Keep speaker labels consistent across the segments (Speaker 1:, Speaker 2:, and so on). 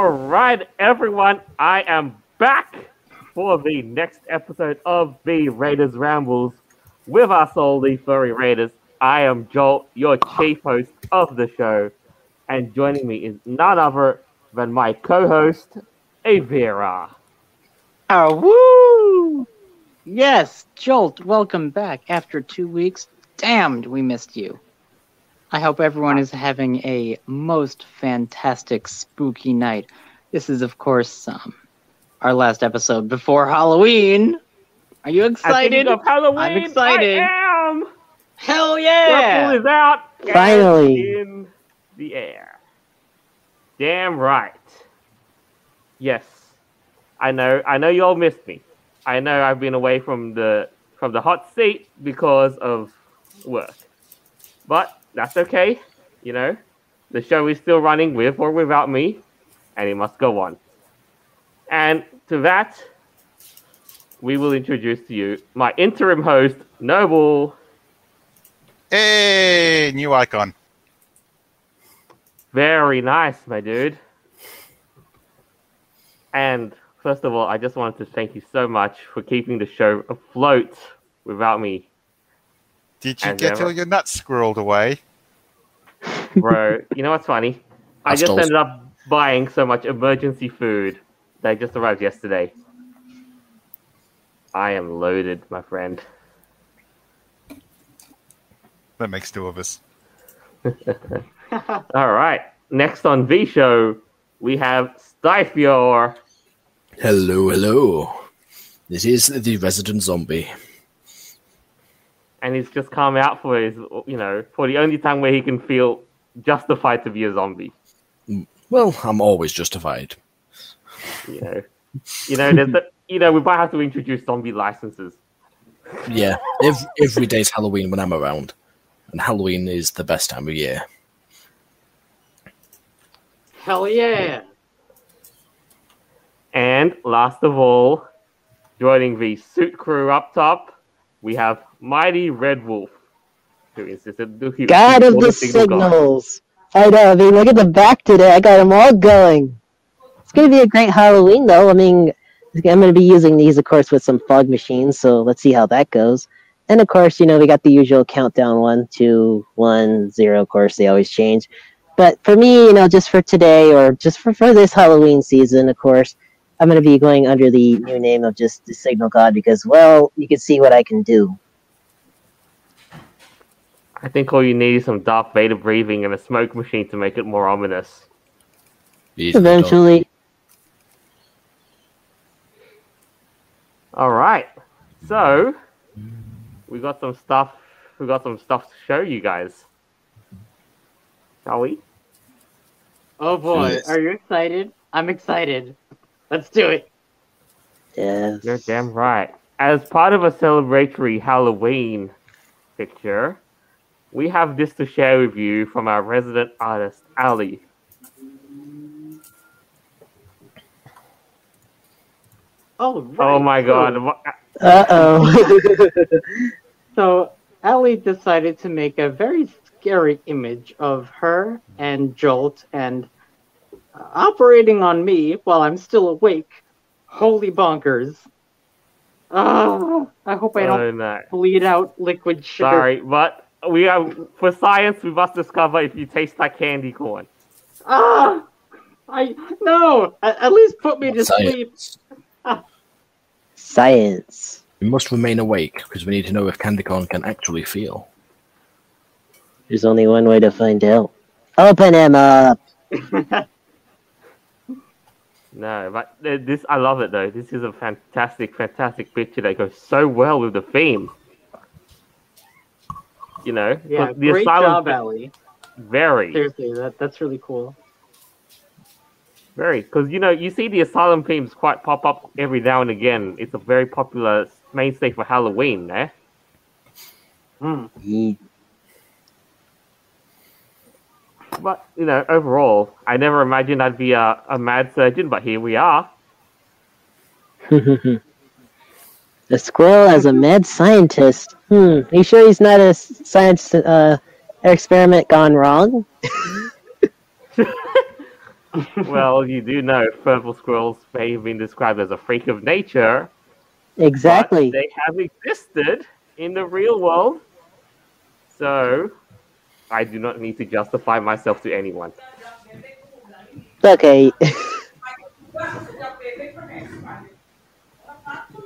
Speaker 1: right, everyone, I am back for the next episode of the Raiders Rambles with us all, the furry Raiders. I am Joel, your chief host of the show, and joining me is none other than my co-host, Avira.
Speaker 2: Ah, woo! Yes, Jolt, welcome back. After two weeks, damned, we missed you. I hope everyone is having a most fantastic spooky night. This is, of course, um, our last episode before Halloween. Are you
Speaker 1: At the
Speaker 2: excited?
Speaker 1: end Of Halloween,
Speaker 2: I'm excited.
Speaker 1: I am.
Speaker 2: Hell
Speaker 1: Ruffle
Speaker 2: yeah!
Speaker 1: is out. and
Speaker 2: Finally.
Speaker 1: in the air. Damn right. Yes, I know. I know you all missed me. I know I've been away from the from the hot seat because of work, but that's okay. You know, the show is still running with or without me, and it must go on. And to that, we will introduce to you my interim host, Noble.
Speaker 3: Hey, new icon.
Speaker 1: Very nice, my dude. And first of all, I just wanted to thank you so much for keeping the show afloat without me,
Speaker 3: Did you
Speaker 1: As
Speaker 3: get
Speaker 1: ever.
Speaker 3: all your nuts squirreled away?
Speaker 1: bro. you know what's funny? I just
Speaker 4: Hostels.
Speaker 1: ended up buying so much emergency food that just arrived yesterday. I am loaded, my friend.
Speaker 3: That makes two of us.
Speaker 1: All right. Next on the show, we have Styphior.
Speaker 4: Hello, hello. This is the resident zombie.
Speaker 1: and he's just come out for his, you know, for the only time where he can feel justified to be a zombie.
Speaker 4: Well, I'm always justified.
Speaker 1: You know, you know, there's the, you know, we might have to introduce zombie licenses.
Speaker 4: Yeah, every, every day's Halloween when I'm around, and Halloween is the best time of year.
Speaker 2: Hell yeah!
Speaker 1: And last of all, joining the suit crew up top, we have Mighty Red Wolf, who insisted who- who
Speaker 5: God of
Speaker 1: called
Speaker 5: the
Speaker 1: the signal god.
Speaker 5: signals. I know. I mean, look at the back today. I got them all going. It's going to be a great Halloween, though. I mean, I'm going to be using these, of course, with some fog machines. So let's see how that goes. And of course, you know, we got the usual countdown one, two, one, zero. Of course, they always change. But for me, you know, just for today or just for, for this Halloween season, of course, I'm going to be going under the new name of just the Signal God because, well, you can see what I can do.
Speaker 1: I think all you need is some Darth Vader breathing and a smoke machine to make it more ominous.
Speaker 4: He's the dog.
Speaker 5: Eventually,
Speaker 1: All right. So we got some stuff. We got some stuff to show you guys. Shall we?
Speaker 2: Oh boy,
Speaker 4: Yes.
Speaker 2: are you excited? I'm excited. Let's do it.
Speaker 5: yes.
Speaker 1: You're damn right. As part of a celebratory Halloween picture, we have this to share with you from our resident artist, Ali.
Speaker 2: Oh, right.
Speaker 1: Oh my god.
Speaker 5: Uh oh.
Speaker 2: So Ellie decided to make a very scary image of her and Jolt and uh, operating on me while I'm still awake. Holy bonkers. Ah, I hope I don't
Speaker 1: Oh, no.
Speaker 2: bleed out liquid sugar.
Speaker 1: Sorry, but we are for science we must discover if you taste like candy corn.
Speaker 2: Ah, I no. At, at least put me to sleep.
Speaker 4: Science.
Speaker 5: Science.
Speaker 4: We must remain awake because we need to know if candy corn can actually feel.
Speaker 5: There's only one way to find out. Open him up.
Speaker 1: No, but th- this I love it though. This is a fantastic, fantastic picture that goes so well with the theme. You know,
Speaker 2: Yeah,
Speaker 1: 'cause the
Speaker 2: great
Speaker 1: asylum
Speaker 2: job, Ellie.
Speaker 1: very,
Speaker 2: Seriously, that, that's really cool.
Speaker 1: very, because you know you see the asylum themes quite pop up every now and again. It's a very popular mainstay for Halloween. Eh?
Speaker 2: Mm.
Speaker 5: Ye-
Speaker 1: But you know, overall, I never imagined I'd be a, a mad surgeon, but here we are.
Speaker 5: a squirrel as a mad scientist. Hmm. You sure he's not a s- science uh, experiment gone wrong?
Speaker 1: well, you do know purple squirrels may have been described as a freak of nature. but
Speaker 5: Exactly.
Speaker 1: they have existed in the real world. So I do not need to justify myself to anyone.
Speaker 5: Okay.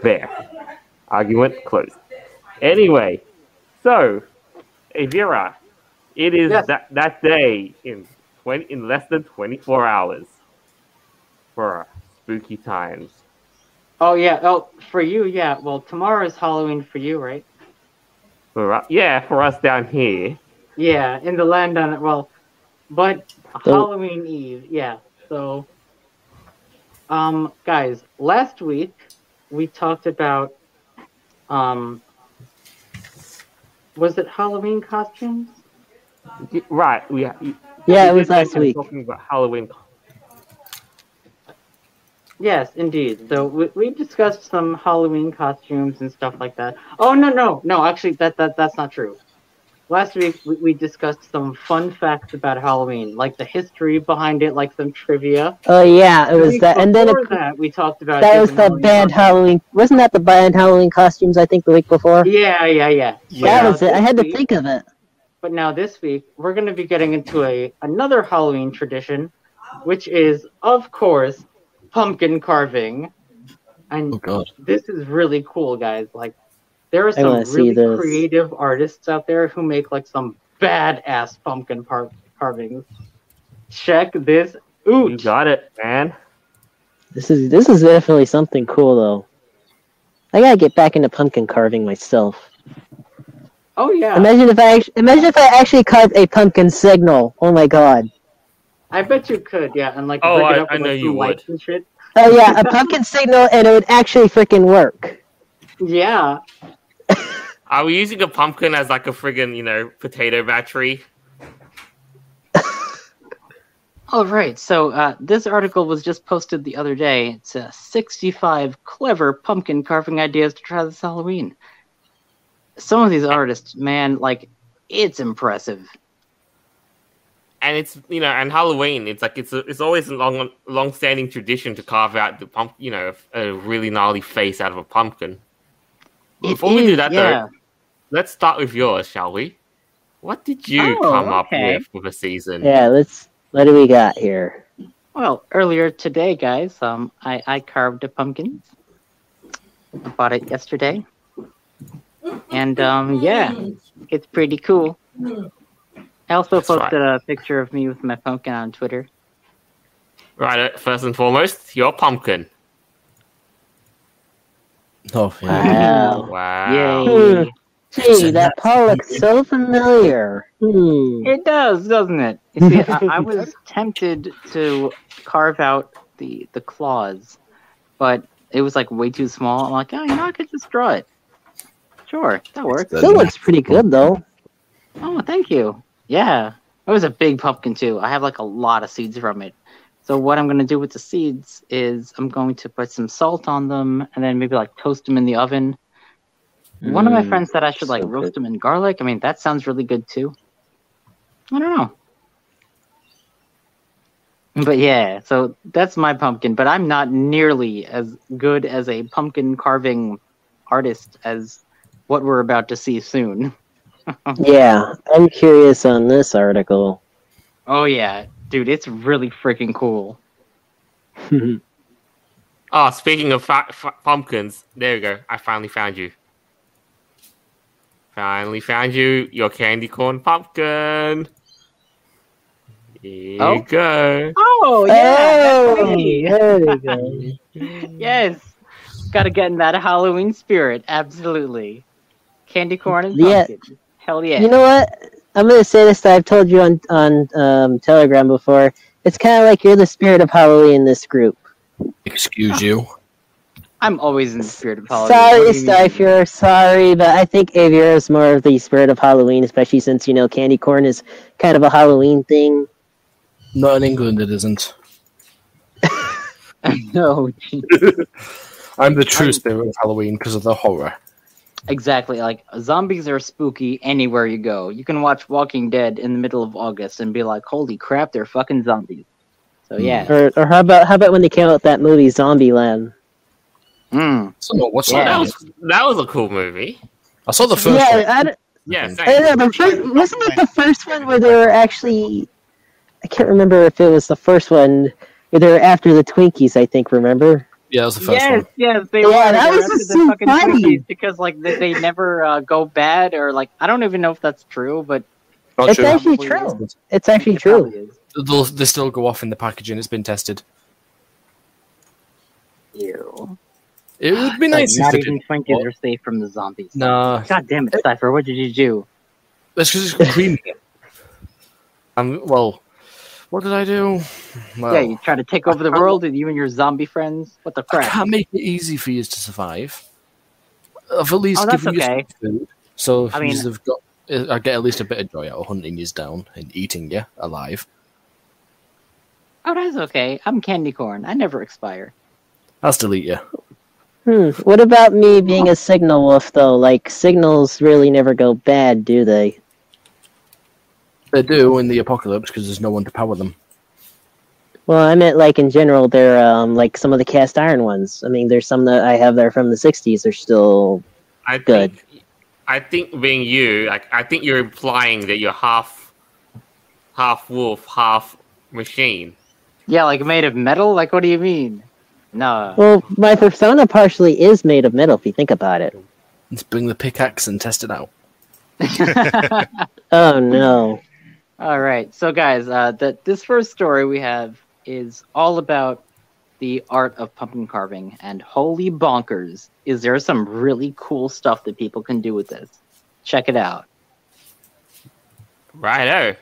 Speaker 1: There. Argument closed. Anyway, so Avira, it is
Speaker 6: Yes.
Speaker 1: that that day in twenty in less than twenty four hours for spooky times.
Speaker 6: Oh yeah. Oh, for you, yeah. Well, tomorrow is Halloween for you, right?
Speaker 1: For us, yeah, for us down here.
Speaker 6: Yeah, in the land on it. Well, but
Speaker 5: So-
Speaker 6: Halloween Eve. Yeah. So, um, guys, last week we talked about, um, was it Halloween costumes?
Speaker 1: Y- Right, we
Speaker 5: Yeah, it
Speaker 1: we did
Speaker 5: was last
Speaker 1: mention
Speaker 5: week.
Speaker 1: talking about Halloween.
Speaker 6: Yes, indeed. So we, we discussed some Halloween costumes and stuff like that. Oh no, no, no! Actually, that that that's not true. Last week we, we discussed some fun facts about Halloween, like the history behind it, like some trivia.
Speaker 5: Oh yeah, it
Speaker 6: The
Speaker 5: was
Speaker 6: week
Speaker 5: that, and then
Speaker 6: before
Speaker 5: it,
Speaker 6: that we talked about
Speaker 5: that was the
Speaker 6: different
Speaker 5: band
Speaker 6: Halloween
Speaker 5: Halloween. Wasn't that the band Halloween costumes? I think the week before.
Speaker 6: costumes. Yeah, yeah, yeah.
Speaker 5: That
Speaker 6: Yeah.
Speaker 5: was it. I had to
Speaker 6: This
Speaker 5: think of it.
Speaker 6: But now this week we're going to be getting into a another Halloween tradition, which is of course pumpkin carving, and
Speaker 4: Oh god.
Speaker 6: this is really cool, guys. Like, there are
Speaker 5: I
Speaker 6: some
Speaker 5: wanna see
Speaker 6: really
Speaker 5: this.
Speaker 6: creative artists out there who make like some badass pumpkin par- carvings. Check this
Speaker 1: You
Speaker 6: out.
Speaker 1: got it, man.
Speaker 5: This is this is definitely something cool though. I gotta get back into pumpkin carving myself.
Speaker 6: oh yeah,
Speaker 5: Imagine if I act- imagine if I actually carved a pumpkin signal. Oh my god.
Speaker 6: I bet you could. Yeah, and like
Speaker 1: Oh,
Speaker 6: rig it
Speaker 1: I-
Speaker 6: up
Speaker 1: I
Speaker 6: with,
Speaker 1: know
Speaker 6: like,
Speaker 1: you
Speaker 6: some lights and shit.
Speaker 5: Oh yeah, a pumpkin signal, and it would actually freaking work.
Speaker 6: Yeah,
Speaker 1: Are we using a pumpkin as like a friggin', you know, potato battery?
Speaker 2: All right, so uh, this article was just posted the other day. It's uh, 65 clever pumpkin carving ideas to try this Halloween. Some of these
Speaker 1: Eh.
Speaker 2: artists, man, like, it's impressive.
Speaker 1: And it's you know, and Halloween, it's like it's a, it's always a long long standing tradition to carve out the pump, you know, a really gnarly face out of a pumpkin.
Speaker 2: It
Speaker 1: Before we do
Speaker 2: is,
Speaker 1: that
Speaker 2: yeah.
Speaker 1: though, let's start with yours, shall we? What did you
Speaker 2: Oh,
Speaker 1: come up
Speaker 2: okay.
Speaker 1: with for the season?
Speaker 5: Yeah, let's. What do we got here?
Speaker 2: Well, earlier today, guys, um, I, I carved a pumpkin. I bought it yesterday. And um, yeah, it's pretty cool. I also
Speaker 1: That's
Speaker 2: posted a picture of me with my pumpkin on Twitter.
Speaker 1: Right, uh, first and foremost, your pumpkin.
Speaker 4: Oh yeah.
Speaker 5: Wow.
Speaker 1: Wow.
Speaker 5: Hmm.
Speaker 2: Yay.
Speaker 5: Gee, that paw looks so familiar. Hmm.
Speaker 2: It does, doesn't it? You see, I, I was tempted to carve out the the claws, but it was like way too small. I'm like, oh, you know, I could just draw it. Sure, that works.
Speaker 5: Still looks pretty good though.
Speaker 2: Oh, thank you. Yeah. It was a big pumpkin too. I have like a lot of seeds from it. So what I'm gonna do with the seeds is I'm going to put some salt on them and then maybe like toast them in the oven. One of my
Speaker 5: Mm,
Speaker 2: friends said I should like
Speaker 5: so
Speaker 2: roast
Speaker 5: good.
Speaker 2: them in garlic. I mean that sounds really good too. I don't know. But yeah, so that's my pumpkin, but I'm not nearly as good as a pumpkin carving artist as what we're about to see soon.
Speaker 5: Yeah, I'm curious on this article.
Speaker 2: Oh yeah, dude, it's really freaking cool.
Speaker 1: Oh, speaking of fa- fa- pumpkins, there we go. I finally found you. Finally found you, your candy corn pumpkin. Here you
Speaker 2: Oh.
Speaker 1: go.
Speaker 2: Oh
Speaker 5: oh, there we go.
Speaker 2: yes, gotta get in that Halloween spirit. Absolutely, candy corn and
Speaker 5: Yeah.
Speaker 2: pumpkin. Hell yeah.
Speaker 5: You know what? I'm gonna say this that I've told you on on um, Telegram before. It's kind of like you're the spirit of Halloween in this group.
Speaker 4: Excuse you.
Speaker 2: I'm always in the spirit of Halloween.
Speaker 5: Sorry,
Speaker 2: What do you mean?
Speaker 5: Styfier, sorry, but I think Avier is more of the spirit of Halloween, especially since you know candy corn is kind of a Halloween thing.
Speaker 4: Not in England it isn't.
Speaker 2: no, gee.
Speaker 4: I'm the true spirit of Halloween because of the horror.
Speaker 2: exactly. Like zombies are spooky anywhere you go. You can watch Walking Dead in the middle of August and be like, "Holy crap, they're fucking zombies."
Speaker 4: Hmm.
Speaker 2: So yeah.
Speaker 5: Or, or how about how about when they came out with that movie Zombieland?
Speaker 2: Mm.
Speaker 4: Someone watched
Speaker 1: So Oh, that
Speaker 4: that.
Speaker 1: was that was a cool movie.
Speaker 4: I saw the first
Speaker 5: Yeah,
Speaker 4: one.
Speaker 5: I, don't-
Speaker 1: Yeah,
Speaker 5: I don't
Speaker 1: thanks.
Speaker 5: know. But first, wasn't it the first one where they were actually? I can't remember if it was the first one where they were after the Twinkies. I think. Remember?
Speaker 4: Yeah, that was the first
Speaker 6: Yes,
Speaker 4: one.
Speaker 6: yes, they
Speaker 5: Yeah,
Speaker 6: were.
Speaker 5: that
Speaker 6: They're
Speaker 5: was
Speaker 6: after
Speaker 5: just
Speaker 6: the
Speaker 5: so
Speaker 6: fucking
Speaker 5: funny.
Speaker 6: Twinkies Because like
Speaker 2: They, they never uh, go bad or like I don't even know if that's true, but
Speaker 4: Not
Speaker 5: It's
Speaker 4: sure.
Speaker 5: actually true. It's actually
Speaker 2: it probably
Speaker 5: true.
Speaker 2: is.
Speaker 4: They'll, they still go off in the packaging. It's been tested.
Speaker 6: you.
Speaker 4: It would be
Speaker 2: Like,
Speaker 4: nice. if
Speaker 2: not
Speaker 4: they
Speaker 2: even
Speaker 4: did.
Speaker 2: Twinkies are safe from the zombies.
Speaker 4: Nah,
Speaker 2: God damn it, Cipher! What did you do?
Speaker 4: that's because it's creamy. um, well, what did I do? Well,
Speaker 2: Yeah, you try to take over the world, and you and your zombie friends. What the
Speaker 4: Oh. I
Speaker 2: crap?
Speaker 4: can't make it easy for you to survive. I've at least
Speaker 2: Oh, that's
Speaker 4: given you
Speaker 2: okay.
Speaker 4: some food, so
Speaker 2: I mean-
Speaker 4: yous have got. I get at least a bit of joy out of hunting you down and eating you alive.
Speaker 2: Oh, that's okay. I'm candy corn. I never expire.
Speaker 4: I'll still eat you.
Speaker 5: Hmm. What about me being a signal wolf though? Like signals really never go bad, do they?
Speaker 4: They do in the apocalypse because there's no one to power them.
Speaker 5: Well, I meant like in general, they're um, like some of the cast iron ones. I mean, there's some that I have that are from the '60s. They're still
Speaker 1: I
Speaker 5: Good.
Speaker 1: Think, I think being you, like I think you're implying that you're half, half wolf, half machine.
Speaker 2: Yeah, like made of metal. Like, what do you mean? No.
Speaker 5: well. My persona partially is made of metal. If you think about it.
Speaker 4: Let's bring the pickaxe and test it out.
Speaker 5: Oh no.
Speaker 2: All right, so guys, uh, that this first story we have is all about the art of pumpkin carving, and holy bonkers, is there some really cool stuff that people can do with this? Check it out.
Speaker 1: Righto.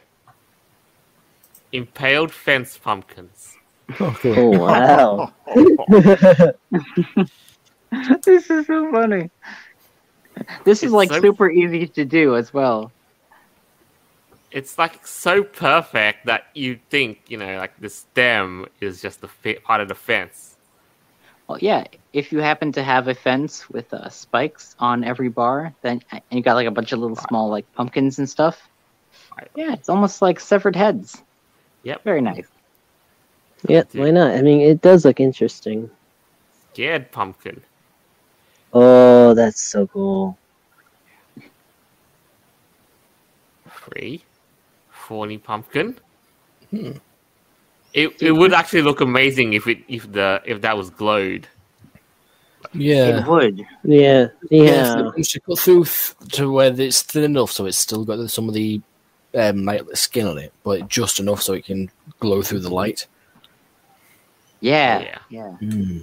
Speaker 1: Impaled fence pumpkins.
Speaker 5: Oh wow.
Speaker 2: this is so funny. This is
Speaker 1: It's
Speaker 2: like
Speaker 1: so-
Speaker 2: super easy to do as well.
Speaker 1: It's like so perfect that you think you know, like the stem is just the fe- part of the fence.
Speaker 2: Well, yeah, if you happen to have a fence with uh, spikes on every bar, then uh, and you got like a bunch of little small like pumpkins and stuff.
Speaker 1: Right.
Speaker 2: Yeah, it's almost like severed heads.
Speaker 1: Yep.
Speaker 2: Very nice.
Speaker 5: yeah. Why not? I mean, it does look interesting.
Speaker 1: Scared pumpkin.
Speaker 5: Oh, that's so cool.
Speaker 1: Three. Fawny pumpkin. It, it would actually look amazing if it if the if that was glowed.
Speaker 4: Yeah.
Speaker 2: It would.
Speaker 5: Yeah.
Speaker 4: Yes,
Speaker 5: Yeah.
Speaker 4: it managed to cut through th- to where it's thin enough so it's still got some of the um, like skin on it, but just enough so it can glow through the light.
Speaker 2: Yeah.
Speaker 1: Yeah.
Speaker 2: Yeah.
Speaker 4: Hmm.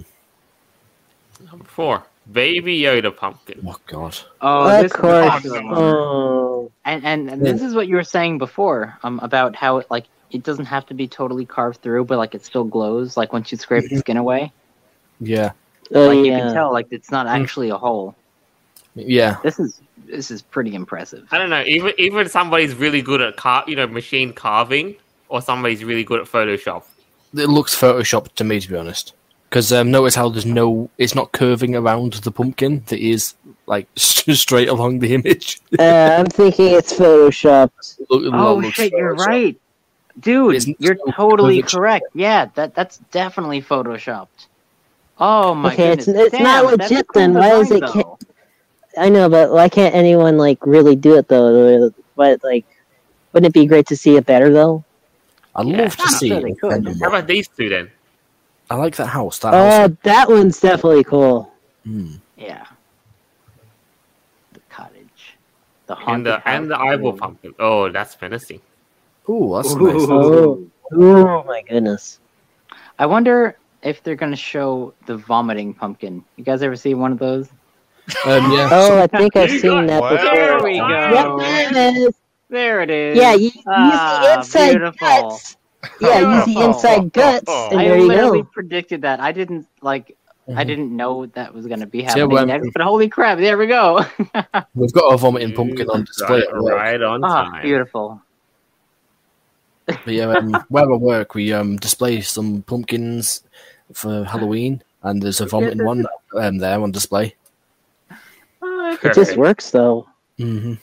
Speaker 1: Number four. Baby Yoda pumpkin.
Speaker 4: Oh God!
Speaker 2: Oh,
Speaker 5: of
Speaker 2: this is
Speaker 5: course.
Speaker 2: awesome.
Speaker 5: Oh.
Speaker 2: And, and and this is what you were saying before um, about how it, like it doesn't have to be totally carved through, but like it still glows. Like once you scrape the skin away,
Speaker 4: Yeah,
Speaker 5: Mm-hmm. Oh
Speaker 2: like you can
Speaker 5: yeah.
Speaker 2: tell like it's not actually a hole.
Speaker 4: yeah.
Speaker 2: This is this is pretty impressive.
Speaker 1: I don't know. Even even somebody's really good at car, you know, machine carving, or somebody's really good at Photoshop.
Speaker 4: It looks photoshopped to me, to be honest. Because um, notice how there's no, it's not curving around the pumpkin. That is like straight along the image.
Speaker 5: Uh, I'm thinking it's photoshopped.
Speaker 4: Look- it
Speaker 2: Oh
Speaker 4: looks
Speaker 2: shit, you're
Speaker 4: photoshopped.
Speaker 2: right, dude.
Speaker 4: Isn't
Speaker 2: you're
Speaker 4: so
Speaker 2: totally
Speaker 4: perfect.
Speaker 2: correct. Yeah, that that's definitely photoshopped. Oh my
Speaker 5: Okay, it's-
Speaker 2: goodness!
Speaker 5: it's not
Speaker 2: Damn, that's a
Speaker 5: legit
Speaker 2: cool
Speaker 5: then. Why is
Speaker 2: design,
Speaker 5: it ca-
Speaker 2: though.
Speaker 5: I know, but why can't anyone like really do it though? But like, wouldn't it be great to see it better though?
Speaker 4: I'd
Speaker 1: Yeah.
Speaker 4: love to see.
Speaker 2: Yeah, they
Speaker 4: it.
Speaker 2: could.
Speaker 1: How about these two then?
Speaker 4: I like that house. That house.
Speaker 5: Oh, that one's definitely cool.
Speaker 4: Mm.
Speaker 2: Yeah. The cottage. The
Speaker 1: And
Speaker 2: haunted
Speaker 1: the and the
Speaker 2: house.
Speaker 1: eyeball pumpkin. Oh, that's menacing.
Speaker 4: Ooh, that's nice.
Speaker 5: Oh, oh my goodness.
Speaker 2: I wonder if they're gonna show the vomiting pumpkin. You guys ever see one of those?
Speaker 4: Um, yeah.
Speaker 5: Oh, I think I've
Speaker 1: You got-
Speaker 5: seen that
Speaker 3: Wow.
Speaker 5: before.
Speaker 2: There we go.
Speaker 5: Yep, there it is.
Speaker 2: There it is.
Speaker 5: Yeah, you, you
Speaker 2: Ah,
Speaker 5: see inside
Speaker 2: beautiful.
Speaker 5: guts. Yeah, you see
Speaker 2: Beautiful.
Speaker 5: inside guts,
Speaker 1: Oh.
Speaker 5: and
Speaker 2: I
Speaker 5: there you
Speaker 2: literally
Speaker 5: go. Mm-hmm.
Speaker 2: predicted that. I didn't like. I
Speaker 4: Mhm.
Speaker 2: didn't know that was gonna be
Speaker 4: See,
Speaker 2: happening
Speaker 4: well,
Speaker 2: next. But holy crap! There we go.
Speaker 4: We've got a vomiting pumpkin on display.
Speaker 1: Right,
Speaker 4: at work.
Speaker 1: right on
Speaker 2: ah,
Speaker 1: time.
Speaker 2: beautiful.
Speaker 4: But yeah, um, where I work, we um, display some pumpkins for Halloween, and there's a vomiting one um, there on display.
Speaker 2: Ah,
Speaker 5: It just
Speaker 1: Perfect.
Speaker 5: works though.
Speaker 4: Mm-hmm.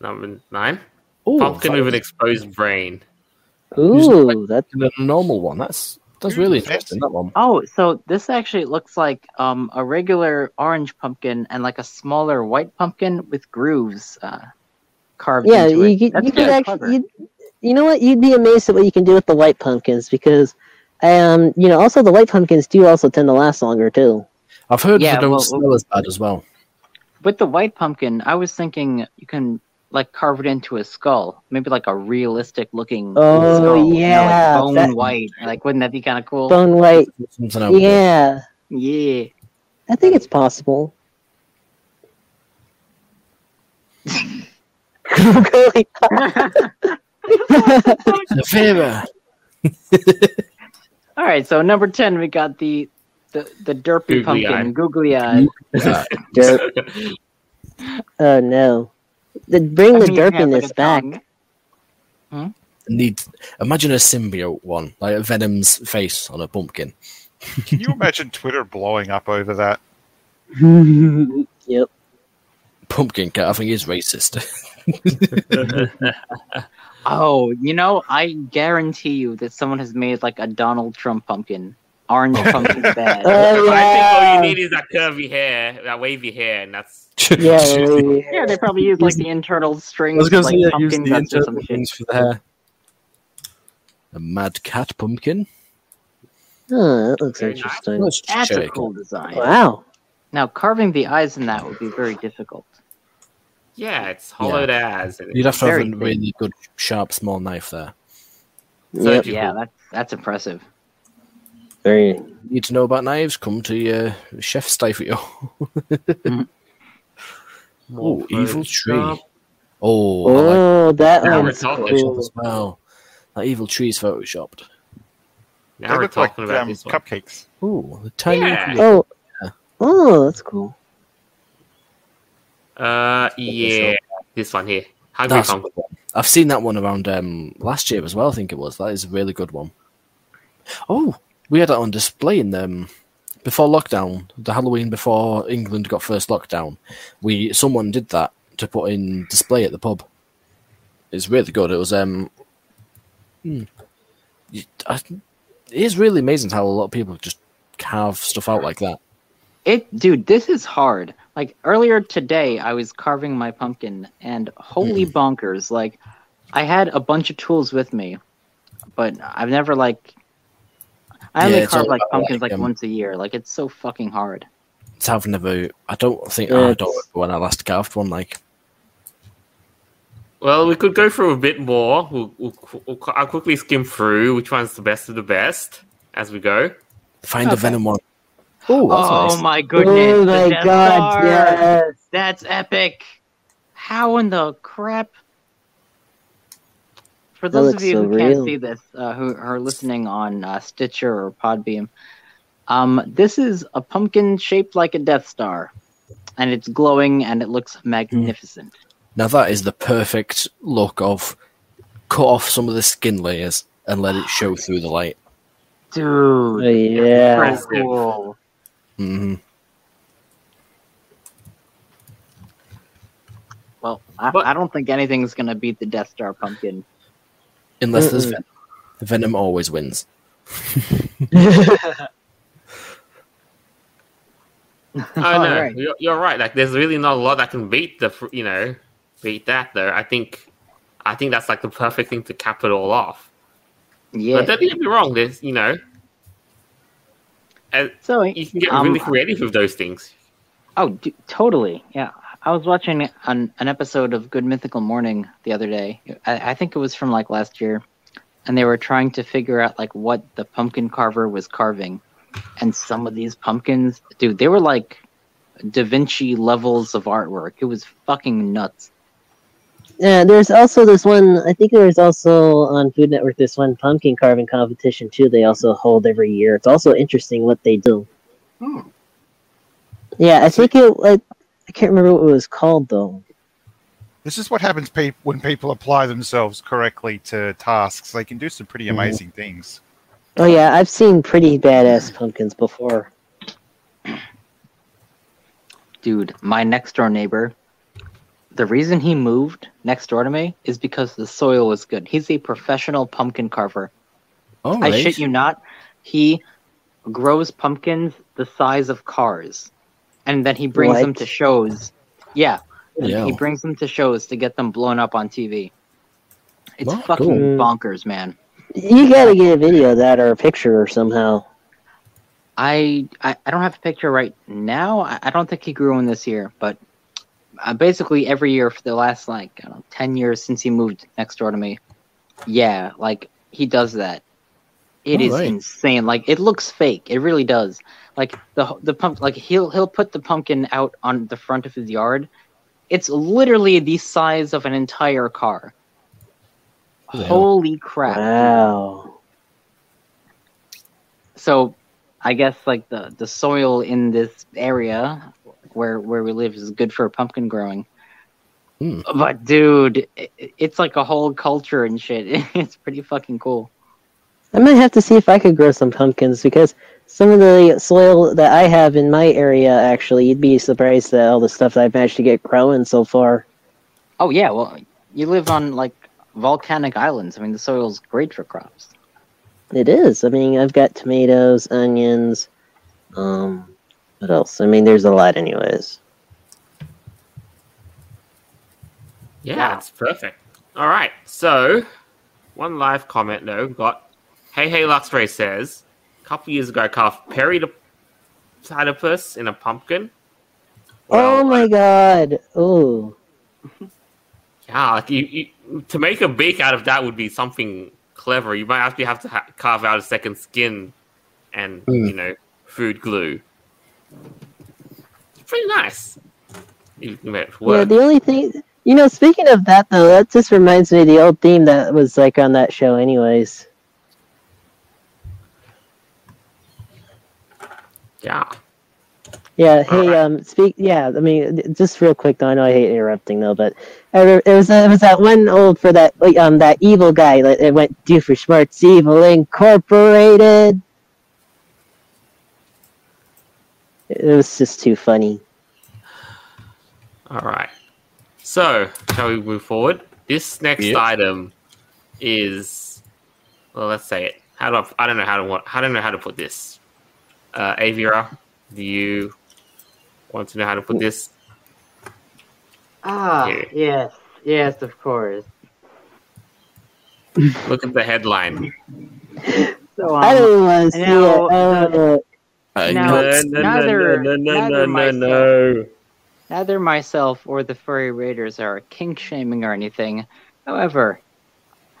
Speaker 1: Number nine.
Speaker 4: Oh,
Speaker 1: pumpkin with an exposed brain.
Speaker 5: Ooh, that
Speaker 4: than a normal one. That's that's really interesting. That one.
Speaker 2: Oh, so this actually looks like um, a regular orange pumpkin and like a smaller white pumpkin with grooves uh, carved
Speaker 5: yeah,
Speaker 2: into
Speaker 5: you,
Speaker 2: it.
Speaker 5: you,
Speaker 2: That's
Speaker 5: you could
Speaker 2: kinda
Speaker 5: actually,
Speaker 2: clever.
Speaker 5: you, you know what? You'd be amazed at what you can do with the white pumpkins because, um, you know, also the white pumpkins do also tend to last longer too.
Speaker 4: I've heard
Speaker 2: Yeah,
Speaker 4: they don't
Speaker 2: well-
Speaker 4: smell as bad as well.
Speaker 2: With the white pumpkin, I was thinking you can like carve it into a skull, maybe like a realistic looking
Speaker 5: Oh,
Speaker 2: skull. you know,
Speaker 5: yeah,
Speaker 2: like bone
Speaker 5: that-
Speaker 2: white. Like, wouldn't that be kind of cool?
Speaker 5: Bone white,
Speaker 4: Something I would do.
Speaker 5: yeah,
Speaker 2: Yeah.
Speaker 5: I think it's possible. Really?
Speaker 4: Severa.
Speaker 2: All right, so number ten, we got the the, the derpy
Speaker 1: Googly
Speaker 2: pumpkin,
Speaker 1: eye.
Speaker 2: googly eyed.
Speaker 5: Derp. Oh no! The, bring the derpiness back.
Speaker 4: Need imagine a symbiote one, like a Venom's face on a pumpkin.
Speaker 3: Can you imagine Twitter blowing up over that?
Speaker 5: yep.
Speaker 4: Pumpkin cat. I think is racist.
Speaker 2: Oh, you know, I guarantee you that someone has made like a Donald Trump pumpkin, orange pumpkin bad.
Speaker 5: Oh
Speaker 1: I think all you
Speaker 5: yeah.
Speaker 1: need is that curvy hair, that wavy hair, and that's
Speaker 5: Yeah. really.
Speaker 2: Yeah, they probably use like the internal
Speaker 4: I
Speaker 2: strings,
Speaker 4: was going to
Speaker 2: like
Speaker 4: say yeah, use
Speaker 2: pumpkin
Speaker 4: the
Speaker 2: guts or some
Speaker 4: internal
Speaker 2: shit.
Speaker 4: things for the hair. A mad cat pumpkin.
Speaker 5: Huh, that looks
Speaker 1: Very nice.
Speaker 5: interesting.
Speaker 4: Let's
Speaker 2: That's
Speaker 4: check.
Speaker 2: a cool design.
Speaker 5: Wow.
Speaker 2: Now, carving the eyes in that would be very difficult.
Speaker 1: yeah, it's hollowed as. and
Speaker 4: You'd have to
Speaker 2: Very
Speaker 4: have a
Speaker 2: thin.
Speaker 4: really good, sharp, small knife there.
Speaker 1: So
Speaker 5: Yep.
Speaker 1: you-
Speaker 2: Yeah, that's that's impressive.
Speaker 5: Very.
Speaker 4: Need to know about knives? Come to your chef Stifio.
Speaker 1: more
Speaker 4: Oh, evil
Speaker 1: Photoshop.
Speaker 4: Oh, I like
Speaker 5: Oh, that
Speaker 1: Now we're
Speaker 5: one's
Speaker 1: talking.
Speaker 5: cool.
Speaker 4: Photoshop as well. That evil tree's photoshopped.
Speaker 1: Now
Speaker 3: they
Speaker 1: we're
Speaker 3: look like
Speaker 1: talking about
Speaker 3: um,
Speaker 1: this one.
Speaker 3: cupcakes.
Speaker 4: Ooh, the tiny.
Speaker 1: Yeah.
Speaker 4: little-
Speaker 5: Oh. Oh, that's cool.
Speaker 1: Uh, yeah, this one here. Hungry
Speaker 4: That's a
Speaker 1: Kong.
Speaker 4: good one. I've seen that one around um, last year as well. I think it was. That is a really good one. Oh, we had that on display in um, before lockdown, the Halloween before England got first lockdown. We someone did that to put in display at the pub. It's really good. It was um, hmm. You- I- it is really amazing how a lot of people just carve stuff out like that.
Speaker 2: It, dude, this is hard. Like earlier today, I was carving my pumpkin, and holy
Speaker 4: Mm-hmm.
Speaker 2: bonkers! Like, I had a bunch of tools with me, but I've never like. I
Speaker 4: Yeah,
Speaker 2: only
Speaker 4: it's
Speaker 2: carve
Speaker 4: all
Speaker 2: like
Speaker 4: about,
Speaker 2: pumpkins
Speaker 4: like,
Speaker 2: like
Speaker 4: um,
Speaker 2: once a year. Like it's so fucking hard.
Speaker 4: It's I've never. I don't think I
Speaker 5: It's-
Speaker 4: don't remember when I last carved one. Like
Speaker 1: Well, we could go through a bit more. We'll, we'll, we'll, I'll quickly skim through which one's the best of the best as we go.
Speaker 4: find a
Speaker 2: Okay.
Speaker 4: venom one. Ooh, that's
Speaker 2: oh
Speaker 4: nice.
Speaker 2: my goodness!
Speaker 5: oh
Speaker 2: the
Speaker 5: my
Speaker 2: Death
Speaker 5: god,
Speaker 2: Star!
Speaker 5: yes.
Speaker 2: That's epic. How in the crap? For
Speaker 5: That
Speaker 2: those of
Speaker 5: looks
Speaker 2: you
Speaker 5: so
Speaker 2: who can't
Speaker 5: real.
Speaker 2: see this, uh, who are listening on uh, Stitcher or Podbeam, um, this is a pumpkin shaped like a Death Star, and it's glowing and it looks magnificent.
Speaker 4: Now that is the perfect look of cut off some of the skin layers and let it show through the light.
Speaker 5: Oh
Speaker 2: Dude,
Speaker 5: yeah.
Speaker 2: so cool.
Speaker 5: Mm-hmm.
Speaker 4: hmm
Speaker 2: Well, I,
Speaker 1: But-
Speaker 2: I don't think anything's gonna beat the Death Star pumpkin.
Speaker 4: Unless there's
Speaker 5: Mm-mm.
Speaker 4: venom, venom always wins.
Speaker 1: Oh no,
Speaker 2: Alright.
Speaker 1: you're, you're right. Like, there's really not a lot that can beat the, fr- you know, beat that though. I think, I think that's like the perfect thing to cap it all off.
Speaker 2: Yeah.
Speaker 1: But don't get me wrong. There's, you know,
Speaker 2: so
Speaker 1: you can get
Speaker 2: Um,
Speaker 1: really creative with those things.
Speaker 2: Oh, d- totally. Yeah. I was watching an, an episode of Good Mythical Morning the other day. I, I think it was from like last year. And they were trying to figure out like what the pumpkin carver was carving. And some of these pumpkins, dude, they were like Da Vinci levels of artwork. It was fucking nuts.
Speaker 5: Yeah, Uh, there's also this one. I think there's also on Food Network this one pumpkin carving competition too. They also hold every year. It's also interesting what they do.
Speaker 2: Hmm.
Speaker 5: Yeah, I think it. Like, I can't remember what it was called though.
Speaker 3: This is what happens pe- when people apply themselves correctly to tasks. They can do some pretty
Speaker 1: Mm-hmm.
Speaker 4: Mhm.
Speaker 3: amazing things.
Speaker 5: Oh yeah, I've seen pretty badass pumpkins before.
Speaker 2: Dude, my next door neighbor, The reason he moved next door to me is because the soil was good. He's a professional pumpkin carver.
Speaker 4: All
Speaker 2: I
Speaker 4: right.
Speaker 2: shit you not. He grows pumpkins the size of cars, and then he brings them
Speaker 5: What?
Speaker 2: to shows. Yeah,
Speaker 4: Yeah.
Speaker 2: he brings them to shows to get them blown up on TV. It's
Speaker 4: Wow,
Speaker 2: fucking
Speaker 5: cool.
Speaker 2: bonkers, man.
Speaker 5: You gotta get a video of that or a picture or somehow.
Speaker 2: I, I I don't have a picture right now. I, I don't think he grew one this year, but uh, basically every year for the last like I don't know, ten years since he moved next door to me, yeah, like he does that. It is
Speaker 4: Alright.
Speaker 2: insane. Like it looks fake. It really does. Like the the pump. Like he'll he'll put the pumpkin out on the front of his yard. It's literally the size of an entire car.
Speaker 4: Yeah.
Speaker 2: Holy crap!
Speaker 5: Wow.
Speaker 2: so I guess like the the soil in this area where where we live is good for pumpkin growing.
Speaker 4: Hmm.
Speaker 2: But dude, it, it's like a whole culture and shit. It's pretty fucking cool.
Speaker 5: I might have to see if I could grow some pumpkins because some of the soil that I have in my area, actually, you'd be surprised at all the stuff that I've managed to get growing so far.
Speaker 2: Oh yeah, well you live on like volcanic islands. I mean the soil's great for crops.
Speaker 5: It is. I mean, I've got tomatoes, onions. Um, what else? I mean, there's a lot, anyways.
Speaker 1: Yeah, it's perfect. All right. So, one live comment though got Hey Hey Luxray says, a couple years ago, I carved Perry the platypus in a pumpkin. Well,
Speaker 5: oh my god! Oh,
Speaker 1: Yeah, like you, you, to make a beak out of that would be something clever. You might actually have to ha- carve out a second skin and,
Speaker 4: Hmm.
Speaker 1: you know, food glue. It's pretty nice. You can make it
Speaker 5: yeah.
Speaker 1: work.
Speaker 5: The only thing, you know, speaking of that though, that just reminds me of the old theme that was like on that show, anyways.
Speaker 1: yeah.
Speaker 5: Yeah.
Speaker 1: All
Speaker 5: Hey.
Speaker 1: right.
Speaker 5: Um. Speak. Yeah. I mean, th- just real quick though. I know I hate interrupting though, but I re- it was it was that one old for that like, um that evil guy that it went do for Schmartz Evil Incorporated. It was just too funny.
Speaker 1: All right. So, shall we move forward? This next
Speaker 4: Yes.
Speaker 1: item is well, let's say it. How do I, I don't know how to want, I don't know how to put this. Uh, Avira, do you want to know how to put this?
Speaker 6: Ah,
Speaker 1: Here.
Speaker 6: yes, yes, of course.
Speaker 1: Look at the headline.
Speaker 6: So um,
Speaker 5: I don't want to see
Speaker 6: now,
Speaker 5: it. Oh,
Speaker 4: I
Speaker 2: No.
Speaker 4: know.
Speaker 2: it's neither- neither
Speaker 1: no.
Speaker 2: Neither myself or the furry raiders are kink shaming or anything. However,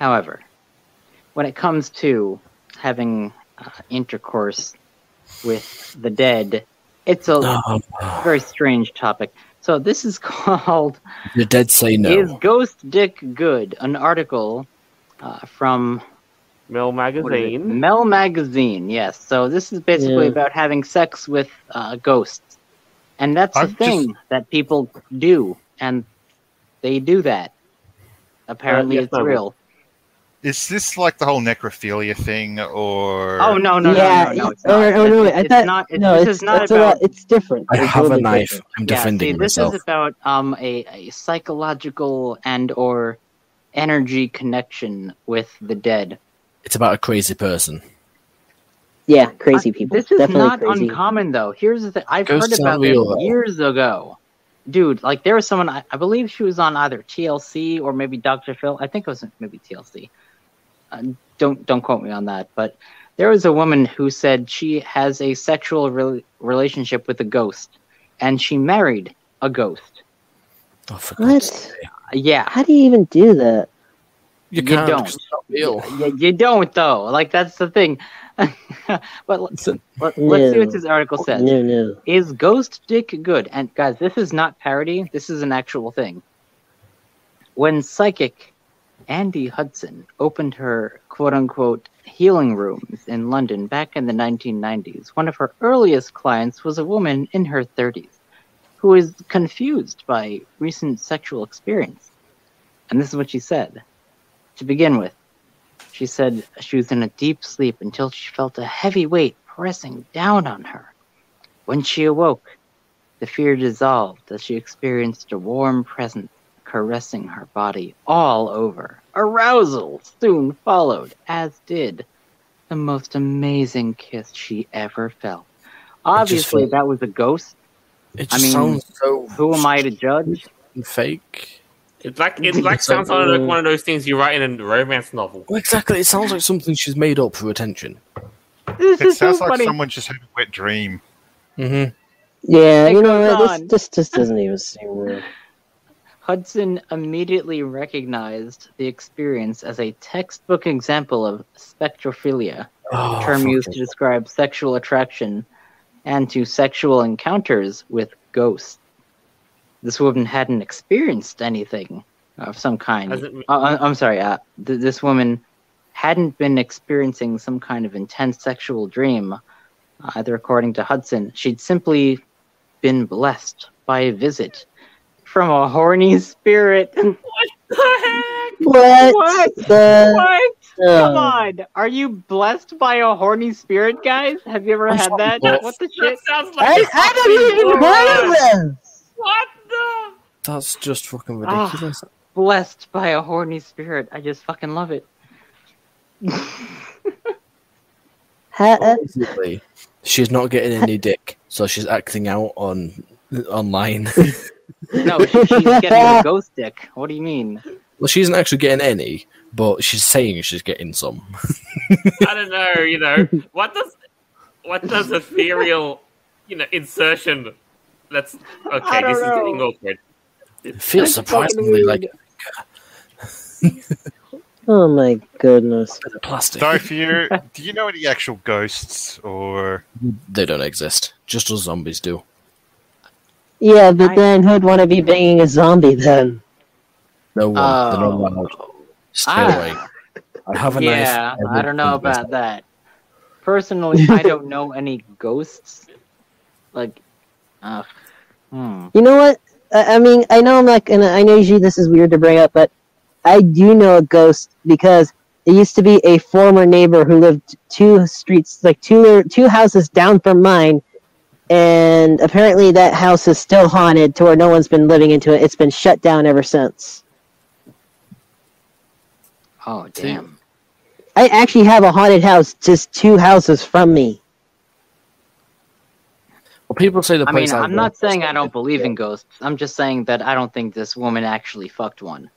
Speaker 2: however, when it comes to having uh, intercourse with the dead, it's a
Speaker 4: Oh,
Speaker 2: very strange topic. So this is called
Speaker 4: the dead say no.
Speaker 2: "Is Ghost Dick Good?" an article uh, from
Speaker 1: Mill
Speaker 2: what is it?
Speaker 1: magazine.
Speaker 2: Mel Magazine. Yes. So this is basically
Speaker 5: Yeah.
Speaker 2: about having sex with uh, ghosts, and that's a
Speaker 3: I've
Speaker 2: thing that people do, and they do that. Apparently,
Speaker 5: Uh,
Speaker 1: yes,
Speaker 2: it's
Speaker 1: I will.
Speaker 2: real.
Speaker 3: Is this like the whole necrophilia thing, or
Speaker 2: Oh no, no, no,
Speaker 5: yeah.
Speaker 2: no, no! It's
Speaker 5: oh,
Speaker 2: not.
Speaker 5: oh, no, wait, I
Speaker 2: it's
Speaker 5: thought-
Speaker 2: not. It's,
Speaker 5: no,
Speaker 2: this
Speaker 5: it's,
Speaker 2: is not
Speaker 5: it's, a
Speaker 2: about
Speaker 5: lot- it's different.
Speaker 4: I
Speaker 5: It's
Speaker 4: have a
Speaker 5: totally
Speaker 4: knife.
Speaker 5: different.
Speaker 4: I'm
Speaker 2: Yeah,
Speaker 4: defending
Speaker 2: see, this
Speaker 4: myself.
Speaker 2: is about um a, a psychological and or energy connection with the dead.
Speaker 4: It's about a crazy person.
Speaker 5: Yeah, crazy people.
Speaker 2: This is
Speaker 5: Definitely
Speaker 2: not
Speaker 5: crazy.
Speaker 2: uncommon though. Here's the thing I've
Speaker 4: Ghosts
Speaker 2: heard
Speaker 4: are
Speaker 2: about
Speaker 4: real,
Speaker 2: this
Speaker 4: though.
Speaker 2: years ago. Dude, like there was someone I, I believe she was on either TLC or maybe Dr. Phil. I think it was maybe TLC. Uh, don't don't quote me on that, but there was a woman who said she has a sexual rel relationship with a ghost and she married a ghost.
Speaker 4: Oh, for God's sake.
Speaker 5: What?
Speaker 2: Yeah.
Speaker 5: How do you even do that?
Speaker 4: You
Speaker 2: You
Speaker 4: can't.
Speaker 2: don't.
Speaker 4: 'cause It's not real.
Speaker 2: you, you don't though. Like that's the thing. but let,
Speaker 4: Listen.
Speaker 2: let, us see
Speaker 5: No.
Speaker 2: what this article says.
Speaker 5: No, no.
Speaker 2: Is ghost dick good? And guys, this is not parody. This is an actual thing. When psychic Andy Hudson opened her quote unquote healing rooms in London back in the 1990s, one of her earliest clients was a woman in her 30s who is confused by recent sexual experience. And this is what she said. To begin with, she said she was in a deep sleep until she felt a heavy weight pressing down on her. When she awoke, the fear dissolved as she experienced a warm presence caressing her body all over. Arousal soon followed, as did the most amazing kiss she ever felt. Obviously,
Speaker 4: feel-
Speaker 2: that was a ghost.
Speaker 4: It
Speaker 2: I
Speaker 4: just
Speaker 2: mean,
Speaker 4: sounds so
Speaker 2: Who am I to judge?
Speaker 4: fake.
Speaker 1: It's like it's like
Speaker 4: It's like,
Speaker 1: sounds like
Speaker 4: uh,
Speaker 1: one of those things you write in a romance novel.
Speaker 4: Well, exactly. It sounds like something she's made up for attention.
Speaker 2: This
Speaker 3: It
Speaker 2: is so
Speaker 3: sounds like
Speaker 2: funny.
Speaker 3: someone just had a wet dream.
Speaker 4: Mm-hmm.
Speaker 5: Yeah,
Speaker 2: It
Speaker 5: you know
Speaker 2: goes
Speaker 5: what?
Speaker 2: on.
Speaker 5: This, this this doesn't even seem real.
Speaker 2: Hudson immediately recognized the experience as a textbook example of spectrophilia, a
Speaker 4: Oh,
Speaker 2: term
Speaker 4: fuck
Speaker 2: used
Speaker 4: it.
Speaker 2: to describe sexual attraction and to sexual encounters with ghosts. This woman hadn't experienced anything of some kind.
Speaker 1: As it-
Speaker 2: Uh, I- I'm sorry. Uh, th- this woman hadn't been experiencing some kind of intense sexual dream, uh, either according to Hudson. She'd simply been blessed by a visit from a horny spirit.
Speaker 5: What?
Speaker 2: What?
Speaker 5: the-
Speaker 2: what? Come
Speaker 5: no.
Speaker 2: on. Are you blessed by a horny spirit, guys? Have you ever
Speaker 4: I'm
Speaker 2: had
Speaker 4: sorry,
Speaker 2: that?
Speaker 4: but-
Speaker 2: What the
Speaker 1: That
Speaker 2: shit?
Speaker 1: sounds like
Speaker 5: I,
Speaker 1: a
Speaker 5: I don't even
Speaker 1: fucking horror.
Speaker 5: know them.
Speaker 1: What the?
Speaker 4: That's just fucking
Speaker 2: Ah.
Speaker 4: ridiculous.
Speaker 2: Blessed by a horny spirit. I just fucking love it.
Speaker 5: Ha- uh,
Speaker 4: Obviously, she's not getting any dick, so she's acting out on online.
Speaker 2: No, she- she's getting a ghost dick. What do you mean?
Speaker 4: well, she isn't actually getting any, but she's saying she's getting some.
Speaker 1: I don't know. You know what does what does ethereal you know insertion? That's okay.
Speaker 6: don't
Speaker 1: This
Speaker 6: know.
Speaker 1: is getting awkward.
Speaker 4: It feels
Speaker 2: That's fucking
Speaker 4: surprisingly like
Speaker 2: weird.
Speaker 5: oh my goodness.
Speaker 4: a bit of plastic.
Speaker 3: So, if you do you know any actual ghosts or
Speaker 4: They don't exist. Just as zombies do.
Speaker 5: Yeah, but
Speaker 2: I-
Speaker 5: then who'd want to be banging a zombie then?
Speaker 4: No one. They're not
Speaker 2: Oh.
Speaker 4: allowed. Stay
Speaker 2: Ah.
Speaker 4: away. I have a knife.
Speaker 2: yeah, I
Speaker 4: Everyone
Speaker 2: don't know
Speaker 4: can do
Speaker 2: about that. Personally, I don't know any ghosts. Like, ugh. Hmm.
Speaker 5: You know what? I, I mean, I know I'm not gonna. I know usually this is weird to bring up, but I do know a ghost because it used to be a former neighbor who lived two streets, like two two houses down from mine, and apparently that house is still haunted to where no one's been living into it. It's been shut down ever since.
Speaker 2: Oh damn.
Speaker 5: I actually have a haunted house just two houses from me.
Speaker 4: Well, people say the
Speaker 2: I
Speaker 4: place
Speaker 2: mean, I'm
Speaker 4: go-
Speaker 2: not saying I don't believe in ghosts. I'm just saying that I don't think this woman actually fucked one.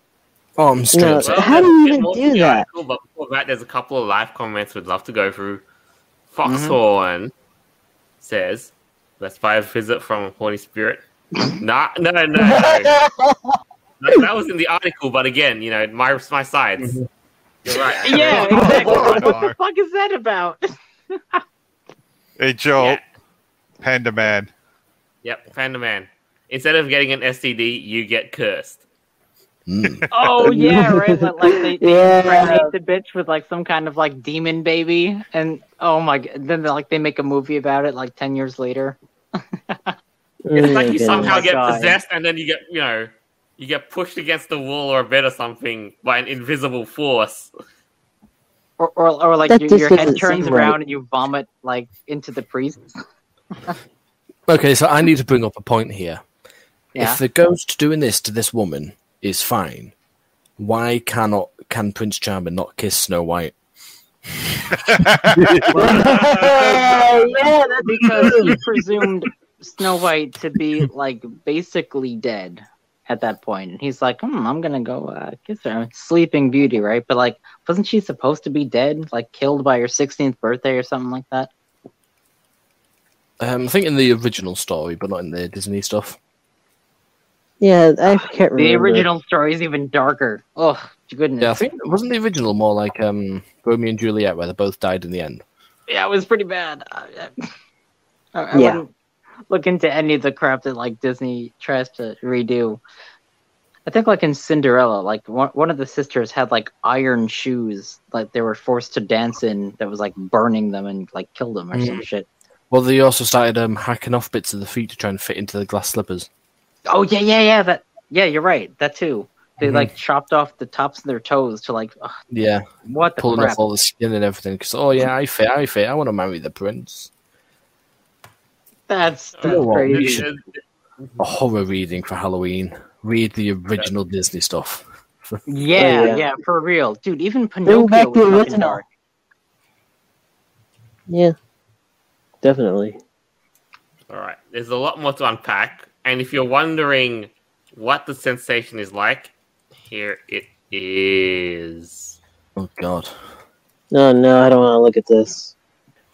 Speaker 4: Oh, I'm straight.
Speaker 5: No.
Speaker 4: up saying-
Speaker 5: How do you
Speaker 1: there's
Speaker 5: even
Speaker 1: more
Speaker 5: do
Speaker 1: to the
Speaker 5: that?
Speaker 1: article, but before that, there's a couple of live comments we'd love to go through.
Speaker 5: Mm-hmm.
Speaker 1: Foxhorn says, "Let's buy a visit from a horny spirit." nah, no, no, no. that, that was in the article, but again, you know, my my sides.
Speaker 5: Mm-hmm.
Speaker 1: You're right.
Speaker 2: Yeah, exactly.
Speaker 3: What the
Speaker 2: fuck is that about?
Speaker 3: a Joel
Speaker 1: Yeah.
Speaker 3: Panda Man?
Speaker 1: Yep, Panda Man. Instead of getting an STD, you get cursed.
Speaker 4: Mm.
Speaker 2: Oh yeah, right. Like, like they, they
Speaker 5: Yeah.
Speaker 2: impregnate the bitch with like some kind of like demon baby, and oh my, g- then they, like they make a movie about it like ten years later.
Speaker 1: It's like
Speaker 5: Oh,
Speaker 1: you
Speaker 5: goodness.
Speaker 1: somehow
Speaker 2: my
Speaker 1: get
Speaker 2: God.
Speaker 1: possessed, and then you get, you know, you get pushed against the wall or a bed or something by an invisible force.
Speaker 2: Or, or, or like
Speaker 5: That
Speaker 2: your,
Speaker 5: just
Speaker 2: your head
Speaker 5: doesn't
Speaker 2: turns
Speaker 5: seem right.
Speaker 2: around and you vomit like into the priest.
Speaker 4: Okay, so I need to bring up a point here.
Speaker 2: Yeah.
Speaker 4: If the ghost doing this to this woman is fine, why cannot can Prince Charming not kiss Snow White?
Speaker 5: yeah, that's
Speaker 2: because he presumed Snow White to be like basically dead at that point, and he's like, "Hmm, I'm gonna go uh, kiss her." Sleeping Beauty, right? But like, wasn't she supposed to be dead, like killed by her 16th birthday or something like that?
Speaker 4: Um, I think in the original story, but not in the Disney stuff.
Speaker 5: yeah. I can't remember.
Speaker 2: The original story is even darker. Oh goodness!
Speaker 4: Yeah, I think wasn't the original more like um, Romeo and Juliet, where they both died in the end.
Speaker 2: Yeah, it was pretty bad. Uh, I, I, I
Speaker 5: Yeah.
Speaker 2: wouldn't look into any of the crap that like Disney tries to redo. I think like in Cinderella, like one, one of the sisters had like iron shoes, like they were forced to dance in that was like burning them and like killed them or some
Speaker 4: Mm.
Speaker 2: shit.
Speaker 4: Well, they also started um, hacking off bits of the feet to try and fit into the glass slippers.
Speaker 2: Oh yeah, yeah, yeah. That yeah, you're right. That too. They
Speaker 4: Mhm.
Speaker 2: like chopped off the tops of their toes to like ugh,
Speaker 4: Yeah,
Speaker 2: what the
Speaker 4: pulling
Speaker 2: crap.
Speaker 4: off all the skin and everything. Because oh yeah, I fit, I fit. I want to marry the prince.
Speaker 2: That's, that's
Speaker 4: Oh, well,
Speaker 2: crazy.
Speaker 4: A horror reading for Halloween. read the original Disney stuff.
Speaker 2: Yeah,
Speaker 5: Oh,
Speaker 2: yeah,
Speaker 5: yeah.
Speaker 2: for real, dude. Even Pinocchio
Speaker 5: back
Speaker 2: was
Speaker 5: the
Speaker 2: fucking
Speaker 5: original.
Speaker 2: dark.
Speaker 5: Yeah, definitely.
Speaker 1: All right. There's a lot more to unpack. And if you're wondering what the sensation is like, here it is.
Speaker 4: Oh God.
Speaker 5: Oh no, I don't want to look at this.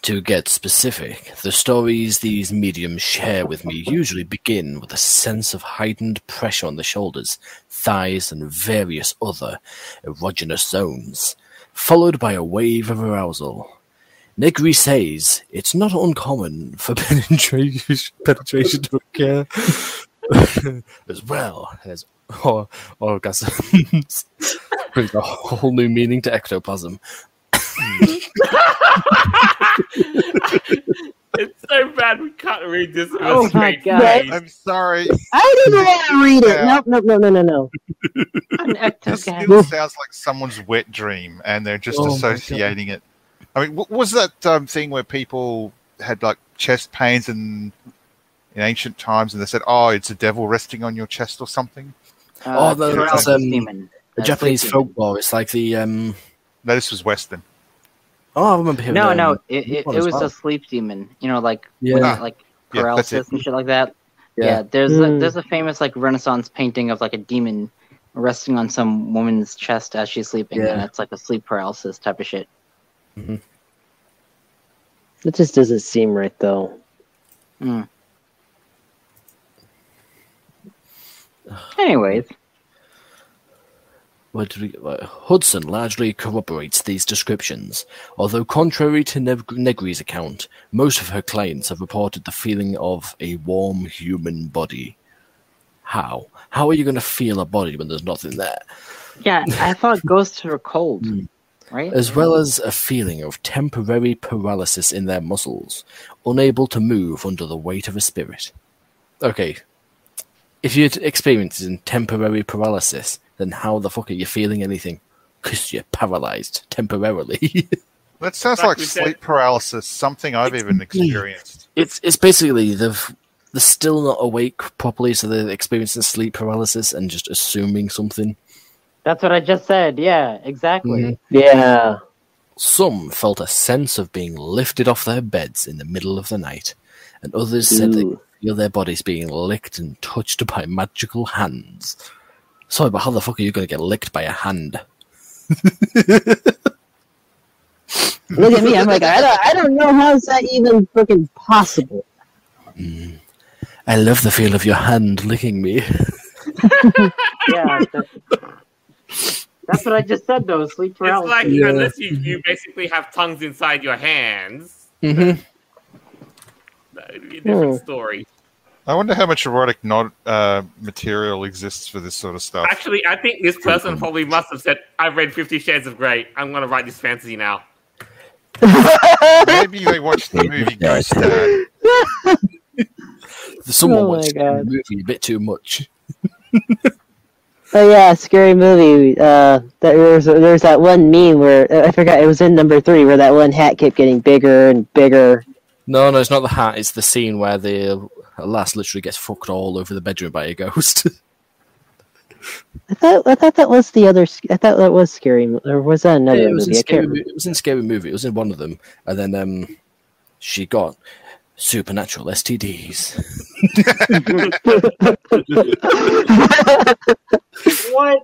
Speaker 4: To get specific, the stories these mediums share with me usually begin with a sense of heightened pressure on the shoulders, thighs, and various other erogenous zones, followed by a wave of arousal. Negri says it's not uncommon for penetration, penetration to occur as well as or, orgasms. Brings a whole new meaning to ectoplasm.
Speaker 1: It's so bad we can't read this. with a
Speaker 5: Oh my
Speaker 1: straight
Speaker 5: God.
Speaker 1: face.
Speaker 3: I'm sorry.
Speaker 5: I didn't want to read it.
Speaker 3: Yeah.
Speaker 5: Nope, nope, no, no, no, no.
Speaker 2: An
Speaker 3: This
Speaker 2: ectogasm.
Speaker 3: still sounds like someone's wet dream, and they're just
Speaker 4: Oh my
Speaker 3: associating it. I mean, what was that um, thing where people had like chest pains in in ancient times, and they said, "Oh, it's a devil resting on your chest" or something?
Speaker 2: Uh,
Speaker 4: Oh, the-
Speaker 2: Charles
Speaker 4: that's, um,
Speaker 2: Demon.
Speaker 4: The
Speaker 2: That's
Speaker 4: Japanese
Speaker 2: Demon.
Speaker 4: folklore. It's like the um.
Speaker 3: No, this was Western.
Speaker 4: Oh, I remember hearing.
Speaker 2: No,
Speaker 4: um,
Speaker 2: no, it, it, it
Speaker 4: one as
Speaker 2: was
Speaker 4: well.
Speaker 2: a sleep demon. You know, like
Speaker 4: Yeah.
Speaker 2: when it, like
Speaker 3: Yeah, that's
Speaker 2: paralysis
Speaker 3: it.
Speaker 2: and shit like that.
Speaker 4: Yeah.
Speaker 2: Yeah, there's a,
Speaker 5: Mm.
Speaker 2: there's a famous like Renaissance painting of like a demon resting on some woman's chest as she's sleeping, and
Speaker 4: Yeah.
Speaker 2: it's like a sleep paralysis type of shit.
Speaker 5: It just doesn't seem right though.
Speaker 2: Anyways,
Speaker 4: What do we- uh, Hudson largely corroborates these descriptions, although contrary to Neg- Negri's account, most of her clients have reported the feeling of a warm human body. How? How are you going to feel a body when there's nothing there?
Speaker 2: yeah, I thought ghosts were cold,
Speaker 4: Mm.
Speaker 2: right?
Speaker 4: As well as a feeling of temporary paralysis in their muscles, unable to move under the weight of a spirit. Okay. If you're experiencing temporary paralysis, then how the fuck are you feeling anything? Because you're paralyzed temporarily.
Speaker 3: That sounds
Speaker 1: Like
Speaker 3: like
Speaker 1: we said-
Speaker 3: sleep paralysis, something I've even experienced.
Speaker 4: it's it's basically they've they're still not awake properly, so they're experiencing sleep paralysis and just assuming something.
Speaker 2: That's what I just said. Yeah, exactly.
Speaker 4: Mhm.
Speaker 5: Yeah.
Speaker 4: Some felt a sense of being lifted off their beds in the middle of the night, and others said they
Speaker 5: Ooh.
Speaker 4: feel their bodies being licked and touched by magical hands. Sorry, but how the fuck are you going to get licked by a hand?
Speaker 5: Look at me. I'm like, I don't, I don't know how is that even fucking possible.
Speaker 4: I love the feel of your hand licking me.
Speaker 5: Mm-hmm.
Speaker 6: Yeah, that's,
Speaker 2: That's what I just said though. Sleep
Speaker 6: Well,
Speaker 1: It's like
Speaker 4: yeah.
Speaker 1: unless you, you basically have tongues inside your hands,
Speaker 4: Mm-hmm.
Speaker 1: that would be a different
Speaker 5: Hmm.
Speaker 1: story.
Speaker 3: I wonder how much erotic not uh, material exists for this sort of stuff.
Speaker 1: Actually, I think this person probably must have said, "I've read Fifty Shades of Grey. I'm going to write this fantasy now."
Speaker 3: Maybe they watched the movie Ghost Dad.
Speaker 4: Someone
Speaker 5: Oh my
Speaker 4: watched the
Speaker 5: God.
Speaker 4: movie a bit too much.
Speaker 5: Oh yeah, scary movie. Uh, that there's there's that one meme where uh, I forgot it was in number three where that one hat kept getting bigger and bigger.
Speaker 4: No, no, it's not the hat. It's the scene where the lass literally gets fucked all over the bedroom by a ghost.
Speaker 5: I thought I thought that was the other. sc- I thought that was scary, Mo- or was that another
Speaker 4: it, was in
Speaker 5: movie? I
Speaker 4: scary,
Speaker 5: can't.
Speaker 4: Mo- it was in Scary Movie. It was in one of them, and then um, she got supernatural STDs.
Speaker 6: what?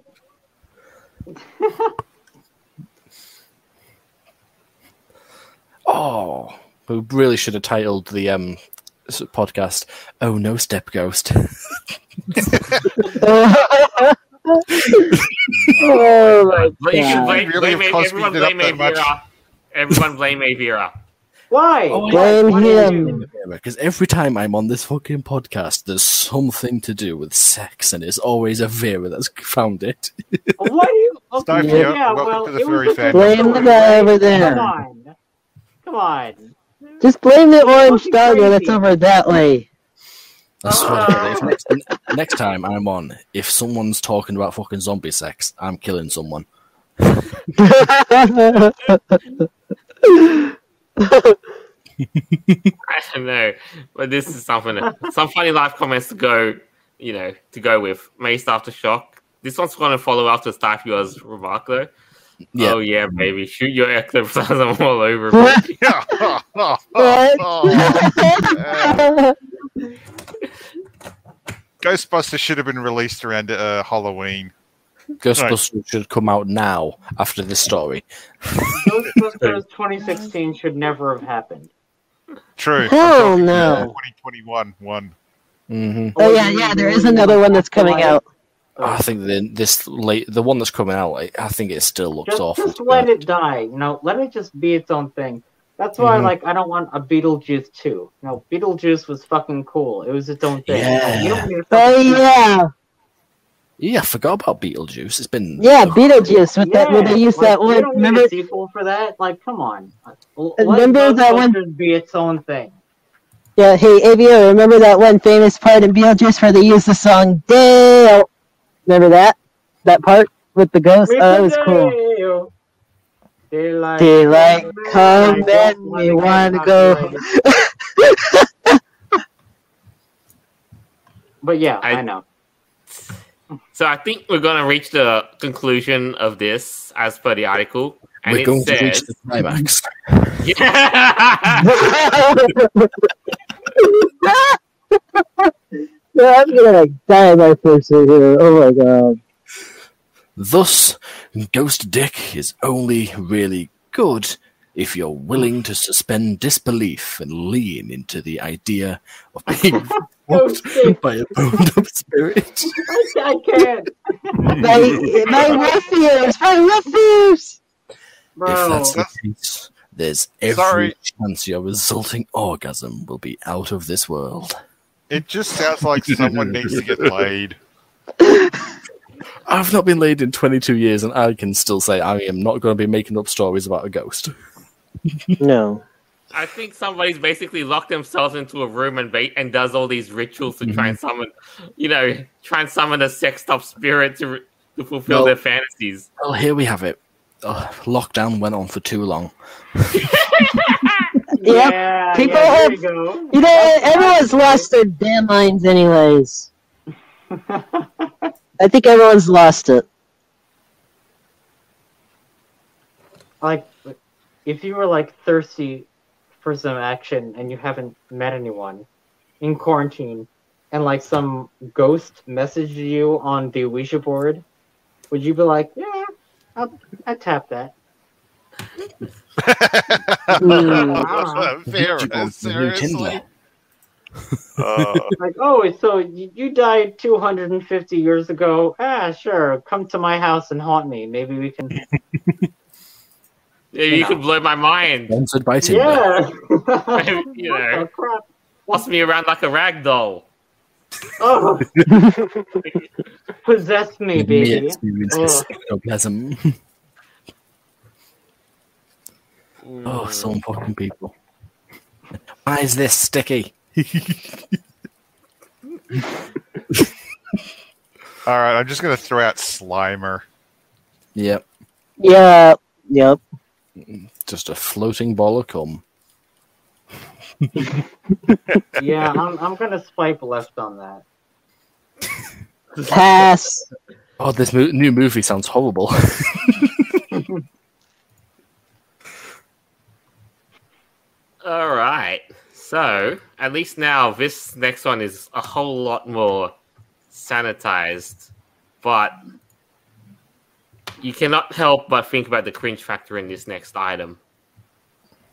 Speaker 4: Oh, we really should have titled the um s- podcast "Oh No Step Ghost."
Speaker 5: remember. oh my
Speaker 1: But you should
Speaker 5: God.
Speaker 1: blame,
Speaker 3: Really,
Speaker 1: blame
Speaker 3: of course,
Speaker 1: everyone
Speaker 3: we did
Speaker 1: blame
Speaker 3: it up that much.
Speaker 1: Avira. Everyone blame Avira.
Speaker 6: Why?
Speaker 4: Oh,
Speaker 5: Blame
Speaker 6: Why do you
Speaker 5: him.
Speaker 6: do-
Speaker 4: Because every time I'm on this fucking podcast, there's something to do with sex, and it's always a Vera that's found it.
Speaker 6: Why do you? Okay,
Speaker 3: Stifle,
Speaker 6: yeah,
Speaker 3: yeah, welcome
Speaker 6: well,
Speaker 3: to the
Speaker 6: it was
Speaker 3: furry
Speaker 6: just a
Speaker 3: fandom.
Speaker 5: Blame the guy over
Speaker 6: Come
Speaker 5: there.
Speaker 6: on, come on.
Speaker 5: Just blame the orange
Speaker 6: Fucking
Speaker 5: dog when it's
Speaker 6: crazy.
Speaker 5: over that way.
Speaker 4: I swear to
Speaker 6: Ah.
Speaker 4: God, if next, next time I'm on, if someone's talking about fucking zombie sex, I'm killing someone.
Speaker 1: I don't know, but this is something. Some funny life comments go. you know, to go with. Mace Aftershock. This one's going to follow after Starfield's remark, though.
Speaker 4: Yeah.
Speaker 1: Oh, yeah, baby. Shoot your ectoplasm all over. me.
Speaker 5: Oh,
Speaker 3: Oh, Ghostbusters should have been released around uh, Halloween.
Speaker 4: Ghostbusters should come out now after this story.
Speaker 6: Ghostbusters 2016 should never have happened.
Speaker 3: True.
Speaker 5: Hell no.
Speaker 3: 2021 one.
Speaker 4: hmm
Speaker 5: Oh yeah, yeah. There is another one that's coming out.
Speaker 4: I think the, this late, the one that's coming out, I- I think it still looks
Speaker 6: Just,
Speaker 4: awful.
Speaker 6: just let it die. You know, let it just be its own thing. That's why,
Speaker 4: Mhm.
Speaker 6: like, I don't want a Beetlejuice 2. You know, Beetlejuice was fucking cool. It was its own thing.
Speaker 4: Yeah.
Speaker 6: You don't need a
Speaker 5: Oh
Speaker 6: fucking-
Speaker 5: yeah,
Speaker 4: yeah, I forgot about Beetlejuice. It's been
Speaker 5: yeah. Beetlejuice with that.
Speaker 6: Yeah,
Speaker 5: Where they use
Speaker 6: like,
Speaker 5: that
Speaker 6: you
Speaker 5: one.
Speaker 6: don't need
Speaker 5: Remember?
Speaker 6: a sequel for that? Like, come on. Let
Speaker 5: Remember that one-
Speaker 6: Ghostbusters Be its own thing.
Speaker 5: Yeah. Hey, ABO. Remember that one famous part in Beetlejuice where they use the song Dale? Remember that? That part with the ghost. Oh, it was cool.
Speaker 6: cool. Daylight,
Speaker 5: Daylight come
Speaker 6: I don't
Speaker 5: and
Speaker 6: wanna
Speaker 5: we
Speaker 6: get
Speaker 5: wanna go.
Speaker 6: copyrighted. but yeah, I,
Speaker 1: I-
Speaker 6: know.
Speaker 1: so I think we're going to reach the conclusion of this as per the article. And
Speaker 4: we're
Speaker 1: it
Speaker 4: going
Speaker 1: says,
Speaker 4: to reach the climax.
Speaker 1: Yeah.
Speaker 5: Yeah, I'm gonna like die by first video. Oh my god.
Speaker 4: Thus, Ghost Dick is only really good if you're willing to suspend disbelief and lean into the idea of being
Speaker 6: Ghost Dick.
Speaker 4: by a boned up spirit.
Speaker 6: Oh, I can't,
Speaker 5: My my rough ears, my rough ears.
Speaker 4: if
Speaker 6: bro.
Speaker 4: that's the case, there's every
Speaker 3: Sorry.
Speaker 4: chance your resulting orgasm will be out of this world.
Speaker 3: It just sounds like someone needs to get laid.
Speaker 4: I've not been laid in 22 years, and I can still say I am not going to be making up stories about a ghost.
Speaker 5: No.
Speaker 1: I think somebody's basically locked themselves into a room and ba- and does all these rituals to try and
Speaker 4: Mm-hmm.
Speaker 1: summon, you know, try and summon a sexed up spirit to to fulfill
Speaker 4: Well-
Speaker 1: their fantasies.
Speaker 4: Well, here we have it. Ugh, lockdown went on for too long.
Speaker 5: Yeah.
Speaker 6: yeah,
Speaker 5: people
Speaker 6: yeah,
Speaker 5: have-
Speaker 6: there you
Speaker 5: You know, everyone's lost their damn minds, anyways.
Speaker 6: go.
Speaker 5: I think everyone's lost it.
Speaker 6: like if you were like thirsty for some action and you haven't met anyone in quarantine and like some ghost messaged you on the Ouija board, would you be like, yeah, I'll, I tap that.
Speaker 2: Mm.
Speaker 3: Vera, seriously? Uh,
Speaker 6: Like, oh, so you, you died 250 years ago. Ah, sure. Come to my house and haunt me. Maybe we can.
Speaker 1: Maybe you could blow my mind,
Speaker 4: Sponsored by Tinder.
Speaker 6: yeah.
Speaker 1: Maybe, you know,
Speaker 6: Oh, crap.
Speaker 1: toss me around like a rag doll.
Speaker 6: Oh. Possess me,
Speaker 4: Give me
Speaker 6: baby.
Speaker 4: experience
Speaker 6: Oh.
Speaker 4: with sarcasm. Oh,
Speaker 5: Mm.
Speaker 4: some fucking people. Why is this sticky?
Speaker 3: all right, I'm just going to throw out Slimer.
Speaker 4: Yep,
Speaker 5: Yeah. Yep.
Speaker 4: just a floating ball of cum.
Speaker 6: yeah, I'm, I'm gonna swipe left on that.
Speaker 5: Pass.
Speaker 4: Oh, this mo- new movie sounds horrible.
Speaker 1: All right. So at least now this next one is a whole lot more sanitized, but you cannot help but think about the cringe factor in this next item.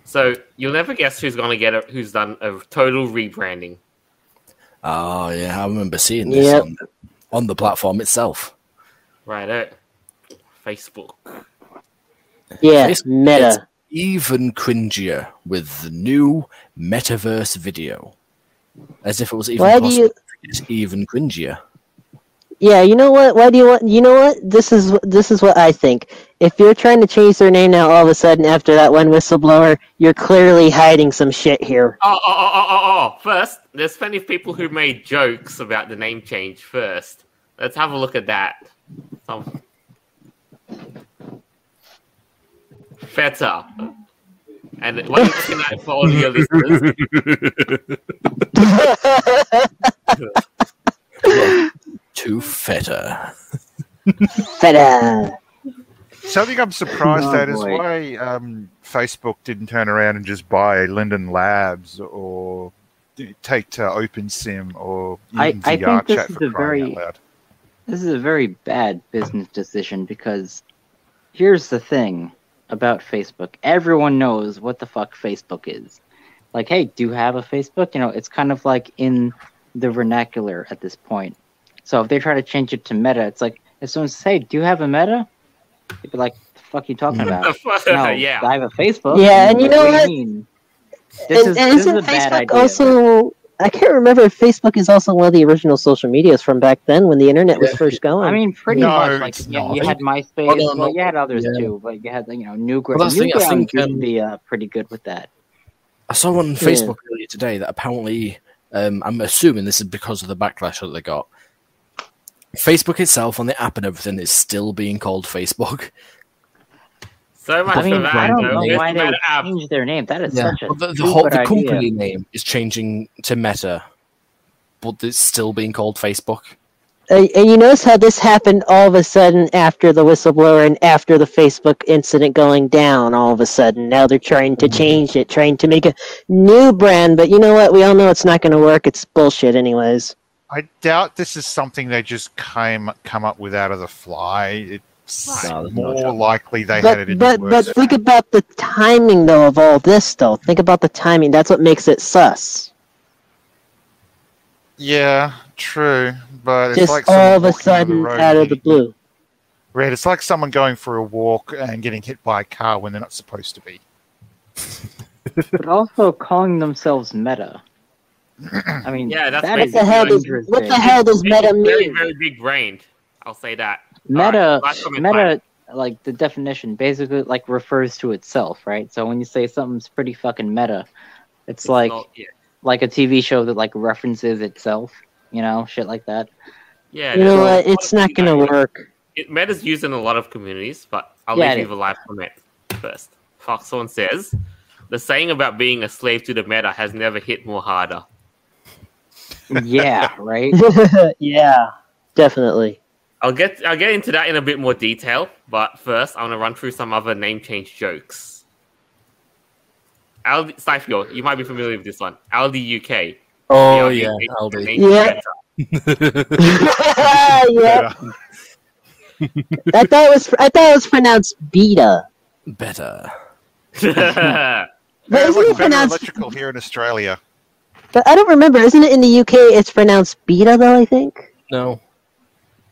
Speaker 1: So you'll never guess who's going to get a, who's done a total rebranding.
Speaker 4: oh yeah, I remember seeing this
Speaker 5: Yep.
Speaker 4: on, on the platform itself.
Speaker 1: Right out. Facebook.
Speaker 5: Yeah.
Speaker 4: It's- it's
Speaker 5: Meta.
Speaker 4: even cringier with the new metaverse video, as if it was even
Speaker 5: Why do
Speaker 4: possible.
Speaker 5: you?
Speaker 4: It's even cringier.
Speaker 5: Yeah. You know what? Why do you want? You know what? This is this is what I think. If you're trying to change their name now, all of a sudden after that one whistleblower, you're clearly hiding some shit here.
Speaker 1: Oh, oh, oh, oh, oh, oh. First, there's plenty of people who made jokes about the name change first. Let's have a look at that. Some... Feta. And what are you looking at for all your listeners?
Speaker 4: Too feta.
Speaker 5: Feta.
Speaker 3: Something I'm surprised
Speaker 6: Oh,
Speaker 3: at is
Speaker 6: boy.
Speaker 3: why um, Facebook didn't turn around and just buy Linden Labs or d- take to OpenSim or
Speaker 2: I-
Speaker 3: even
Speaker 2: I think
Speaker 3: VR
Speaker 2: this
Speaker 3: chat
Speaker 2: is
Speaker 3: for
Speaker 2: a
Speaker 3: crying
Speaker 2: very-
Speaker 3: out loud.
Speaker 2: This is a very bad business decision because here's the thing about Facebook. Everyone knows what the fuck Facebook is. Like, hey, do you have a Facebook? You know, it's kind of like in the vernacular at this point. So if they try to change it to meta, it's like if someone says, Hey, do you have a meta? They'd be like, the fuck you talking about? No,
Speaker 1: yeah.
Speaker 2: I have a Facebook.
Speaker 5: Yeah, and you know
Speaker 2: do
Speaker 5: what?
Speaker 2: mean? This
Speaker 5: And,
Speaker 2: is,
Speaker 5: and
Speaker 2: this
Speaker 5: isn't
Speaker 2: is a bad
Speaker 5: Facebook
Speaker 2: idea.
Speaker 5: also? I can't remember if Facebook is also one of the original social medias from back then when the internet was
Speaker 4: Yeah.
Speaker 5: first going.
Speaker 2: I mean, pretty
Speaker 3: No,
Speaker 2: much. Like,
Speaker 4: it's
Speaker 2: yeah,
Speaker 4: not.
Speaker 2: you had MySpace.
Speaker 4: Oh, no,
Speaker 2: well,
Speaker 4: no.
Speaker 2: you had others
Speaker 4: Yeah.
Speaker 2: too, but you had you know Newgrounds.
Speaker 4: Well, that's the thing, I
Speaker 2: Newgrounds
Speaker 4: think,
Speaker 2: would
Speaker 4: um,
Speaker 2: be uh, pretty good with that.
Speaker 4: I saw on
Speaker 5: Yeah.
Speaker 4: Facebook earlier today that apparently, um, I'm assuming this is because of the backlash that they got. Facebook itself on the app and everything is still being called Facebook.
Speaker 1: So much
Speaker 2: I mean,
Speaker 1: for that.
Speaker 2: I
Speaker 4: uh,
Speaker 2: don't
Speaker 1: though.
Speaker 2: know
Speaker 1: It's
Speaker 2: why they
Speaker 1: about app.
Speaker 2: changed their name. That is such a
Speaker 4: But the, the whole
Speaker 2: stupid
Speaker 4: the
Speaker 2: idea.
Speaker 4: company name is changing to Meta, but it's still being called Facebook.
Speaker 5: and, Uh, and you notice how this happened all of a sudden after the whistleblower and after the Facebook incident going down. All of a sudden, now they're trying
Speaker 3: Mm-hmm.
Speaker 5: to change it, trying to make a new brand. But you know what? We all know it's not going to work. It's bullshit, anyways.
Speaker 3: I doubt this is something they just came come up with out of the fly. It's
Speaker 4: No, there's no
Speaker 3: more
Speaker 4: chance.
Speaker 3: likely they had it
Speaker 5: but
Speaker 3: in
Speaker 5: but
Speaker 3: the
Speaker 5: but
Speaker 3: works.
Speaker 5: think about the timing though of all this though. Think about the timing. That's what makes it sus.
Speaker 3: yeah, true. But it's
Speaker 5: Just
Speaker 3: like someone
Speaker 5: all of a
Speaker 3: walking down
Speaker 5: sudden,
Speaker 3: road
Speaker 5: out of the
Speaker 3: getting-
Speaker 5: blue.
Speaker 3: Red, it's like someone going for a walk and getting hit by a car when they're not supposed to be.
Speaker 2: But also calling themselves Meta. I mean,
Speaker 1: Yeah, that's
Speaker 2: that
Speaker 1: crazy.
Speaker 2: is
Speaker 5: What the hell does
Speaker 2: dangerous
Speaker 5: what the
Speaker 2: thing.
Speaker 5: hell does
Speaker 1: It's
Speaker 5: meta
Speaker 1: very,
Speaker 5: mean?
Speaker 1: very big brained. I'll say that.
Speaker 2: Meta,
Speaker 1: Alright, last comment,
Speaker 2: meta, like the definition basically like refers to itself, right? So when you say something's pretty fucking meta, it's, like
Speaker 1: not- yeah,
Speaker 2: like a TV show that like references itself, you know, shit like that.
Speaker 1: yeah
Speaker 5: You
Speaker 1: there's
Speaker 5: know
Speaker 1: a
Speaker 5: what?
Speaker 1: lot
Speaker 5: It's
Speaker 1: of
Speaker 5: not
Speaker 1: people
Speaker 5: gonna
Speaker 1: that-
Speaker 5: work.
Speaker 1: It, meta's used in a lot of communities, but I'll
Speaker 2: Yeah, it
Speaker 1: leave you
Speaker 2: is.
Speaker 1: the live comment first. Foxhorn says the saying about being a slave to the meta has never hit more harder.
Speaker 2: yeah, right.
Speaker 5: yeah, definitely.
Speaker 1: I'll get I'll get into that in a bit more detail, but first I want to run through some other name change jokes. Aldi Stifio, you might be familiar with this one. Aldi UK.
Speaker 4: Oh
Speaker 1: The
Speaker 4: yeah,
Speaker 1: Aldi UK
Speaker 4: Aldi.
Speaker 1: name change
Speaker 5: Yeah.
Speaker 1: center.
Speaker 5: yeah, I thought it was I thought it was pronounced beta.
Speaker 4: Better.
Speaker 5: But
Speaker 3: Yeah,
Speaker 5: isn't
Speaker 3: like
Speaker 5: it
Speaker 3: Federal
Speaker 5: pronounced?
Speaker 3: electrical here in Australia.
Speaker 5: But I don't remember. Isn't it in the UK? It's pronounced beta though. I think.
Speaker 4: No,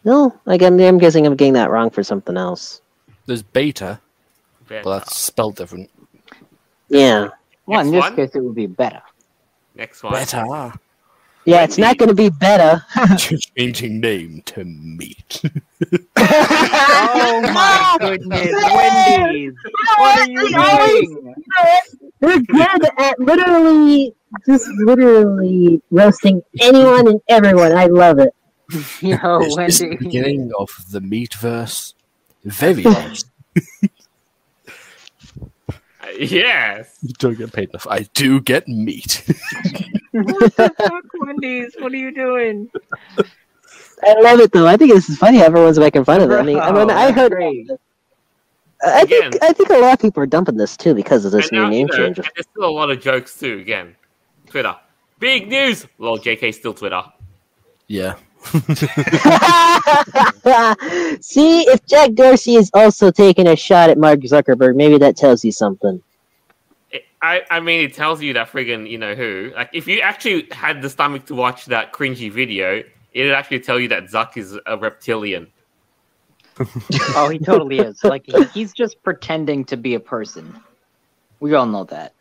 Speaker 5: No, like I'm, I'm guessing I'm getting that wrong for something else.
Speaker 4: there's beta,
Speaker 1: Better.
Speaker 4: but that's spelled different.
Speaker 5: Yeah,
Speaker 2: Well, in
Speaker 1: Next
Speaker 2: this
Speaker 1: one.
Speaker 2: case, it would be better.
Speaker 1: Next one.
Speaker 4: Better.
Speaker 5: yeah. It's not going to be beta.
Speaker 4: Changing name to meat.
Speaker 2: Oh my goodness, Wendy's! What are you doing?
Speaker 5: They're good at literally, just literally roasting anyone and everyone. I love it.
Speaker 2: Yo,
Speaker 4: Is this the
Speaker 2: Wendy.
Speaker 4: beginning of the meat verse. Very nice.
Speaker 1: Uh, yes.
Speaker 4: you don't get paid enough. I do get meat.
Speaker 6: What the fuck, Wendy's? What are you doing?
Speaker 5: I love it though. I think this is funny. how Everyone's making fun of it. I mean, I, mean,
Speaker 2: Bro,
Speaker 5: I heard.
Speaker 2: Oh, great.
Speaker 5: I think
Speaker 1: Again.
Speaker 5: I think a lot of people are dumping this too because of this
Speaker 1: And now,
Speaker 5: new
Speaker 1: you
Speaker 5: name
Speaker 1: know,
Speaker 5: change.
Speaker 1: and there's still a lot of jokes too. Again, Twitter. Big news. Lol, JK still Twitter.
Speaker 4: Yeah.
Speaker 5: See, if Jack Dorsey is also taking a shot at Mark Zuckerberg, maybe that tells you something.
Speaker 1: It- I, I mean, it tells you that friggin' you know who. Like, if you actually had the stomach to watch that cringy video, it'd actually tell you that Zuck is a reptilian.
Speaker 2: Oh, he totally is. Like he- he's just pretending to be a person. We all know that.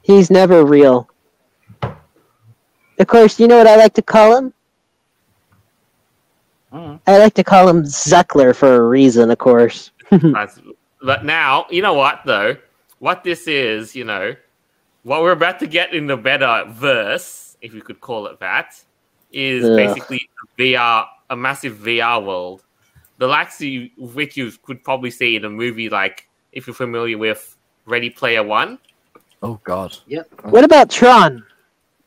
Speaker 5: He's never real. Of course, you know what I like to call him?
Speaker 2: Mm.
Speaker 5: I like to call him Zuckler for a reason, of course.
Speaker 1: That's- but now, you know what though? What this is, you know, what we're about to get in the better verse, if you could call it that, is
Speaker 5: Ugh.
Speaker 1: basically a VR, a massive VR world, the likes of you- which you could probably see in a movie like if you're familiar with Ready Player One.
Speaker 4: Oh God.
Speaker 5: What about Tron?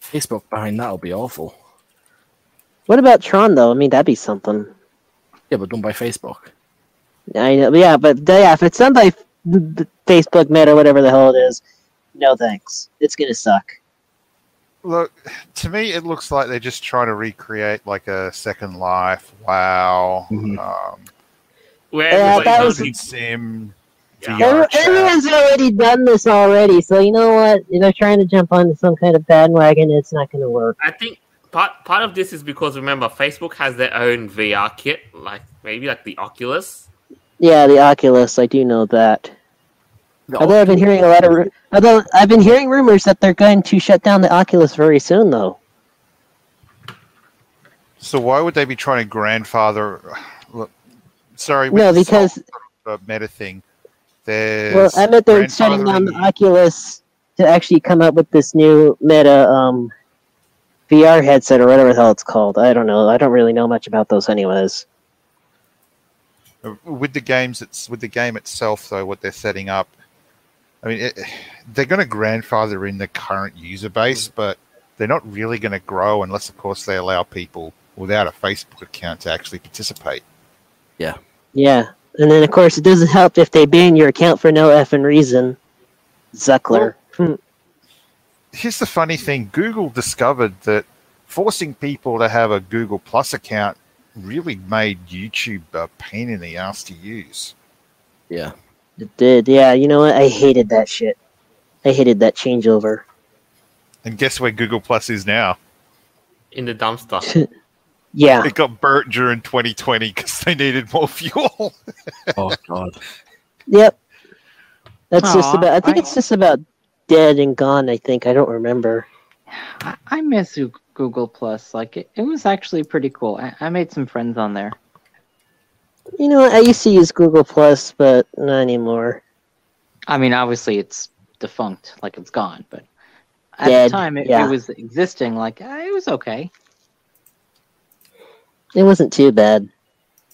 Speaker 4: Facebook behind that'll be awful.
Speaker 5: What about Tron though? I mean, that'd be something.
Speaker 4: Yeah, but done by Facebook.
Speaker 5: I know, yeah, but yeah, if it's done by f- the Facebook Meta, whatever the hell it is, no thanks. It's gonna suck.
Speaker 3: Look, to me, it looks like they're just trying to recreate like a Second Life, WoW,
Speaker 4: Mhm.
Speaker 3: um,
Speaker 1: Where
Speaker 5: Yeah,
Speaker 1: everybody
Speaker 5: that
Speaker 1: knows
Speaker 5: was-
Speaker 1: you-
Speaker 3: Virgin Sim.
Speaker 1: Yeah.
Speaker 3: VR
Speaker 5: Every-
Speaker 3: chat.
Speaker 5: everyone's already done this already, so you know what? You know, trying to jump onto some kind of bandwagon, it's not gonna work.
Speaker 1: I think part part of this is because remember Facebook has their own VR kit, like maybe like the Oculus.
Speaker 5: Yeah, the Oculus, I do know that. Although I've been hearing a lot of, ru- although I've been hearing rumors that they're going to shut down the Oculus very soon, though.
Speaker 3: So why would they be trying to grandfather? Look, sorry, with
Speaker 5: No,
Speaker 3: this whole
Speaker 5: because
Speaker 3: sort of meta thing. There's
Speaker 5: well, I meant they're shutting down the
Speaker 3: grandfathering-
Speaker 5: Oculus to actually come up with this new Meta um, VR headset or whatever the hell it's called. I don't know. I don't really know much about those, anyways.
Speaker 3: with the games it's with the game itself though what they're setting up i mean it, they're going to grandfather in the current user base but they're not really going to grow unless of course they allow people without a facebook account to actually participate
Speaker 5: Yeah, and then of course it doesn't help if they ban your account for no effing reason, Zuckler.
Speaker 3: here's the funny thing google discovered that forcing people to have a google plus account really made youtube a pain in the ass to use
Speaker 4: Yeah.
Speaker 5: It did, yeah. You know what? I hated that shit. I hated that changeover.
Speaker 3: and guess where google plus is now
Speaker 1: In the dumpster.
Speaker 5: Yeah,
Speaker 3: it got burnt during 2020 because they needed more fuel
Speaker 4: Oh god.
Speaker 5: yep. That's just
Speaker 2: Aw,
Speaker 5: about. I think
Speaker 2: I-
Speaker 5: it's just about dead and gone. I think I don't remember.
Speaker 2: I, I miss Goo- Google Plus. Like it, it was actually pretty cool. I, I made some friends on there.
Speaker 5: You know, what? I used to use Google Plus, but not anymore.
Speaker 2: I mean, obviously it's defunct, like it's gone, but at
Speaker 5: Dead,
Speaker 2: the time it,
Speaker 5: yeah.
Speaker 2: it was existing. Like ah, it was okay.
Speaker 5: It wasn't too bad.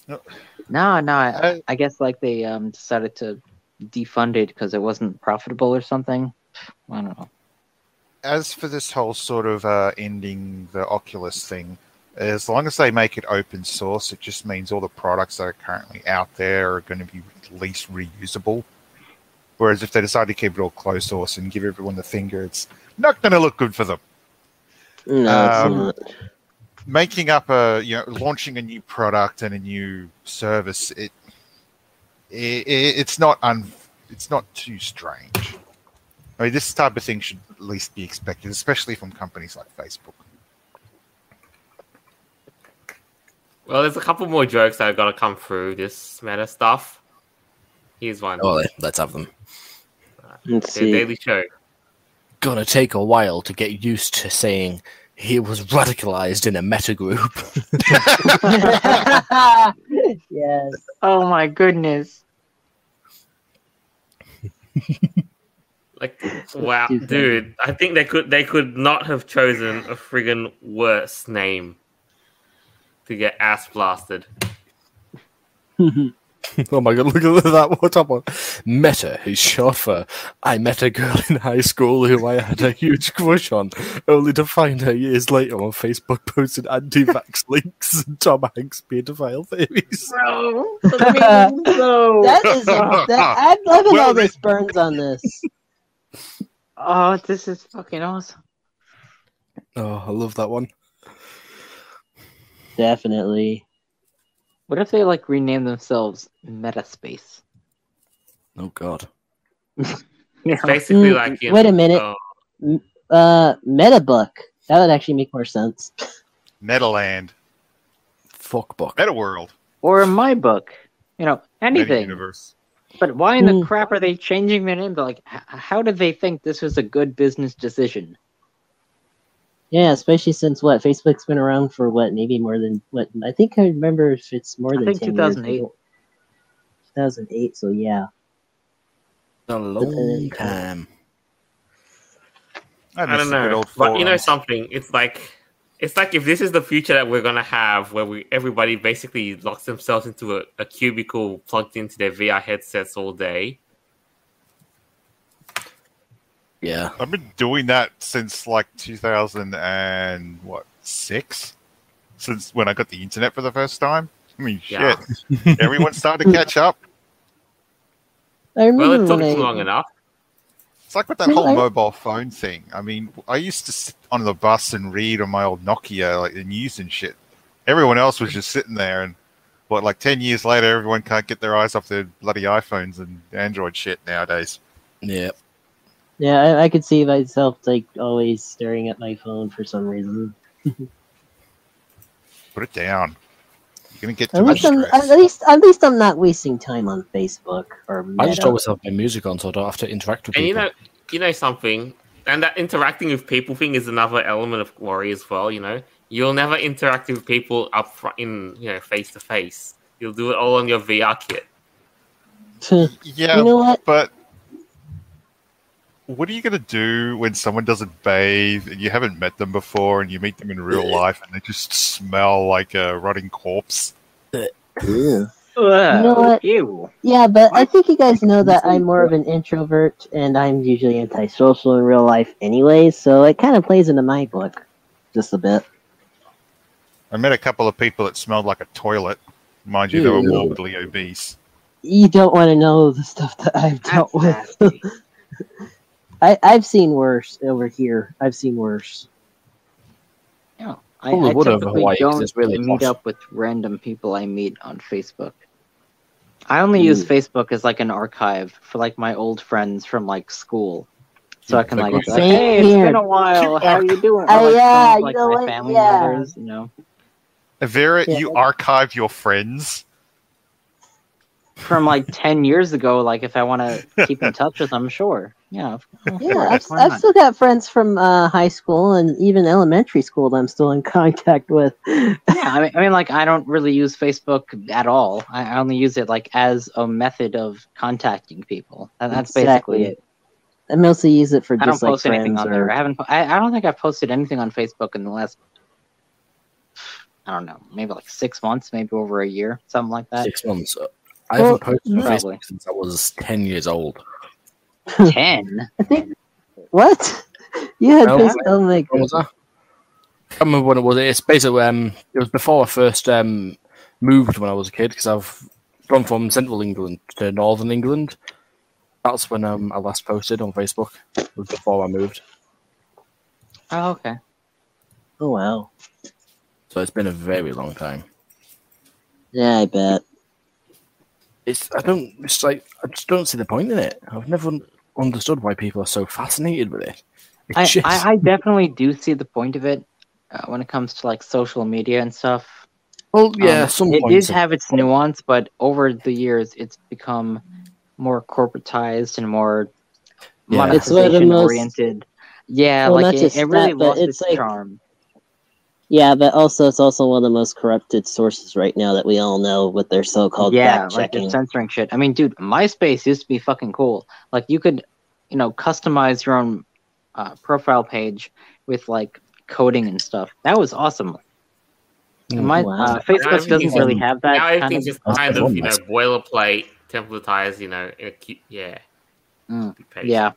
Speaker 2: No, no, I,
Speaker 3: I-
Speaker 2: I guess like they um, decided to defund it because it wasn't profitable or something. I don't know.
Speaker 3: as for this whole sort of uh, ending the Oculus thing, as long as they make it open source, it just means all the products that are currently out there are going to be at least reusable. Whereas if they decide to keep it all closed source and give everyone the finger, it's not going to look good for them.
Speaker 5: No,
Speaker 3: Um,
Speaker 5: it's not.
Speaker 3: Making up a, you know, launching a new product and a new service, it, it it's not un, it's not too strange. I mean, this type of thing should at least be expected, especially from companies like Facebook.
Speaker 1: Well, there's a couple more jokes that have got to come through this meta stuff. Here's one.
Speaker 4: Oh, let- let's have them.
Speaker 5: Let's
Speaker 1: the
Speaker 5: see.
Speaker 1: Daily Show.
Speaker 4: Gonna take a while to get used to saying he was radicalized in a meta group.
Speaker 5: yes.
Speaker 2: Oh my goodness.
Speaker 1: Like, wow,
Speaker 2: stupid.
Speaker 1: dude. I think they could they could not have chosen a friggin' worse name to get ass blasted.
Speaker 4: oh my god, look at that what top one. Meta is short for I met a girl in high school who I had a huge crush on, only to find her years later on Facebook posted anti vax links and Tom Hanks pedophile theories.
Speaker 6: Bro,
Speaker 5: That is. That, I'm loving all this burns on this.
Speaker 6: oh, this is
Speaker 2: Fucking awesome.
Speaker 4: Oh, I love that one.
Speaker 5: Definitely.
Speaker 2: What if they like rename themselves Metaspace?
Speaker 4: Oh god.
Speaker 1: It's basically
Speaker 5: Mm,
Speaker 1: like you
Speaker 5: wait
Speaker 1: know,
Speaker 5: a minute.
Speaker 1: uh,
Speaker 5: Uh, Metabook. That would actually make more sense.
Speaker 3: Metaland,
Speaker 4: Fuck book.
Speaker 3: Metaworld,
Speaker 2: Or my book. You know, anything.
Speaker 3: Universe.
Speaker 2: But why in the
Speaker 5: Mm.
Speaker 2: crap are they changing their name? But like, h- how did they think this was a good business decision?
Speaker 5: Yeah, especially since what Facebook's been around for what maybe more than what I think I remember if it's more
Speaker 2: I
Speaker 5: than
Speaker 2: think
Speaker 5: 10 years,
Speaker 2: 2008.
Speaker 5: we don't- 2008, so yeah.
Speaker 4: A long time.
Speaker 1: I don't know. But you know something? It's like it's like if this is the future that we're gonna have, where we everybody basically locks themselves into a, a cubicle plugged into their VR headsets all day.
Speaker 4: Yeah.
Speaker 3: I've been doing that since like 2000 and what six, since when I got the internet for the first time. I mean, shit,
Speaker 1: Yeah.
Speaker 3: everyone started to catch up.
Speaker 5: I
Speaker 1: Well,
Speaker 5: remember
Speaker 1: it took
Speaker 5: when I,
Speaker 1: long enough.
Speaker 3: It's like with that whole
Speaker 5: Really?
Speaker 3: mobile phone thing. I mean, I used to sit on the bus and read on my old Nokia, like the news and shit. Everyone else was just sitting there, and what, like 10 years later, everyone can't get their eyes off their bloody iPhones and Android shit nowadays.
Speaker 4: Yeah.
Speaker 5: Yeah, I, I could see myself like always staring at my phone for some reason.
Speaker 3: Put it down. You're going to get too
Speaker 5: At
Speaker 3: much
Speaker 5: least, I'm,
Speaker 3: stress.
Speaker 5: at least, at least I'm not wasting time on Facebook or.
Speaker 4: I just
Speaker 5: Meta.
Speaker 4: always have my music on, so I don't have to interact with
Speaker 1: And you
Speaker 4: people.
Speaker 1: know, you know something, and that interacting with people thing is another element of glory as well. You know, you'll never interact with people up front in you know face to face. You'll do it all on your VR kit.
Speaker 3: yeah,
Speaker 5: you know what?
Speaker 3: but what are you going to do when someone doesn't bathe and you haven't met them before and you meet them in real life and they just smell like a rotting corpse?
Speaker 5: know what?
Speaker 6: Ew.
Speaker 5: Yeah, but I think you guys know that I'm more of an introvert and I'm usually antisocial in real life anyway, so it kind of plays into my book just a bit.
Speaker 3: I met a couple of people that smelled like a toilet. Mind you, they were
Speaker 4: Ew.
Speaker 3: morbidly obese.
Speaker 5: You don't want to know the stuff that I've dealt
Speaker 6: That's
Speaker 5: with.
Speaker 6: nasty.
Speaker 5: I, I've seen worse over here. I've seen worse.
Speaker 2: I,
Speaker 4: Probably
Speaker 2: I
Speaker 4: would have
Speaker 2: typically
Speaker 4: Hawaii, 'cause
Speaker 2: don't
Speaker 4: it's really
Speaker 2: meet
Speaker 4: posh.
Speaker 2: up with random people I meet on Facebook. I only
Speaker 4: Hmm.
Speaker 2: use Facebook as like an archive for like my old friends from like school, so I can
Speaker 4: Like
Speaker 2: like,
Speaker 4: what-
Speaker 2: be like,
Speaker 5: Same
Speaker 2: hey, it's
Speaker 5: here.
Speaker 2: been a while. How are you doing?
Speaker 5: Oh,
Speaker 2: Or, like,
Speaker 5: yeah,
Speaker 2: friends,
Speaker 5: you
Speaker 2: like
Speaker 5: know
Speaker 2: my
Speaker 5: what?
Speaker 2: family
Speaker 5: Yeah.
Speaker 2: members, you know,
Speaker 3: Vera,
Speaker 5: Yeah.
Speaker 3: you archive your friends.
Speaker 2: from like ten years ago. Like if I want to keep in touch with them, sure. Yeah, of- of
Speaker 5: Yeah,
Speaker 2: course,
Speaker 5: I've,
Speaker 2: why
Speaker 5: I've
Speaker 2: not?
Speaker 5: still got friends from uh, high school and even elementary school that I'm still in contact with.
Speaker 2: yeah, I mean, I mean, like, I don't really use Facebook at all. I I only use it like as a method of contacting people, and that's
Speaker 5: Exactly.
Speaker 2: basically it.
Speaker 5: I mostly use it for
Speaker 2: I don't
Speaker 5: just like
Speaker 2: post anything
Speaker 5: friends.
Speaker 2: on there. I
Speaker 5: Or,
Speaker 2: haven't. po- I, I don't think I've posted anything on Facebook in the last. I don't know, maybe like six months, maybe over a year, something like that.
Speaker 4: Six months. I
Speaker 5: Well,
Speaker 4: haven't posted on
Speaker 2: probably.
Speaker 4: Facebook since I was 10 years old.
Speaker 2: Ten.
Speaker 5: what? You had
Speaker 4: Well,
Speaker 5: Facebook? Oh my
Speaker 4: When
Speaker 5: god!
Speaker 4: was that? I can't remember when it was. It's basically um, it was before I first um, moved when I was a kid because I've gone from central England to northern England. That's when um, I last posted on Facebook. It was before I moved,
Speaker 2: Oh, okay.
Speaker 5: Oh wow!
Speaker 4: so it's been a very long time.
Speaker 5: Yeah, I bet.
Speaker 4: It's I don't. It's like I just don't see the point in it. I've never un- understood why people are so fascinated with it. It's
Speaker 2: I,
Speaker 4: just-
Speaker 2: I, I definitely do see the point of it uh, when it comes to like social media and stuff.
Speaker 4: well,
Speaker 2: Um,
Speaker 4: yeah, some
Speaker 2: it did
Speaker 4: points.
Speaker 2: have its nuance, but over the years, it's become more corporatized and more
Speaker 4: Yeah.
Speaker 5: It's one of the
Speaker 2: monetization
Speaker 5: most-
Speaker 2: oriented. Yeah,
Speaker 5: Well,
Speaker 2: like
Speaker 5: not
Speaker 2: it,
Speaker 5: just
Speaker 2: it really
Speaker 5: that, but
Speaker 2: lost
Speaker 5: it's
Speaker 2: its,
Speaker 5: like-
Speaker 2: charm.
Speaker 5: Yeah, but also it's also one of the most corrupted sources right now that we all know with their so-called
Speaker 2: Yeah,
Speaker 5: fact
Speaker 2: like
Speaker 5: checking.
Speaker 2: they're censoring shit. I mean, dude, MySpace used to be fucking cool. Like you could, you know, customize your own uh, profile page with like coding and stuff. That was awesome.
Speaker 4: Mm.
Speaker 2: And My,
Speaker 5: Wow.
Speaker 2: uh, Facebook doesn't
Speaker 1: everything's-
Speaker 2: really have that.
Speaker 1: now
Speaker 2: kind
Speaker 1: everything's
Speaker 2: of-
Speaker 1: just kind
Speaker 4: That's
Speaker 1: of you know
Speaker 4: nice.
Speaker 1: boilerplate, templatized. You know, in a cu- yeah.
Speaker 2: Mm,
Speaker 1: Paste.
Speaker 2: yeah.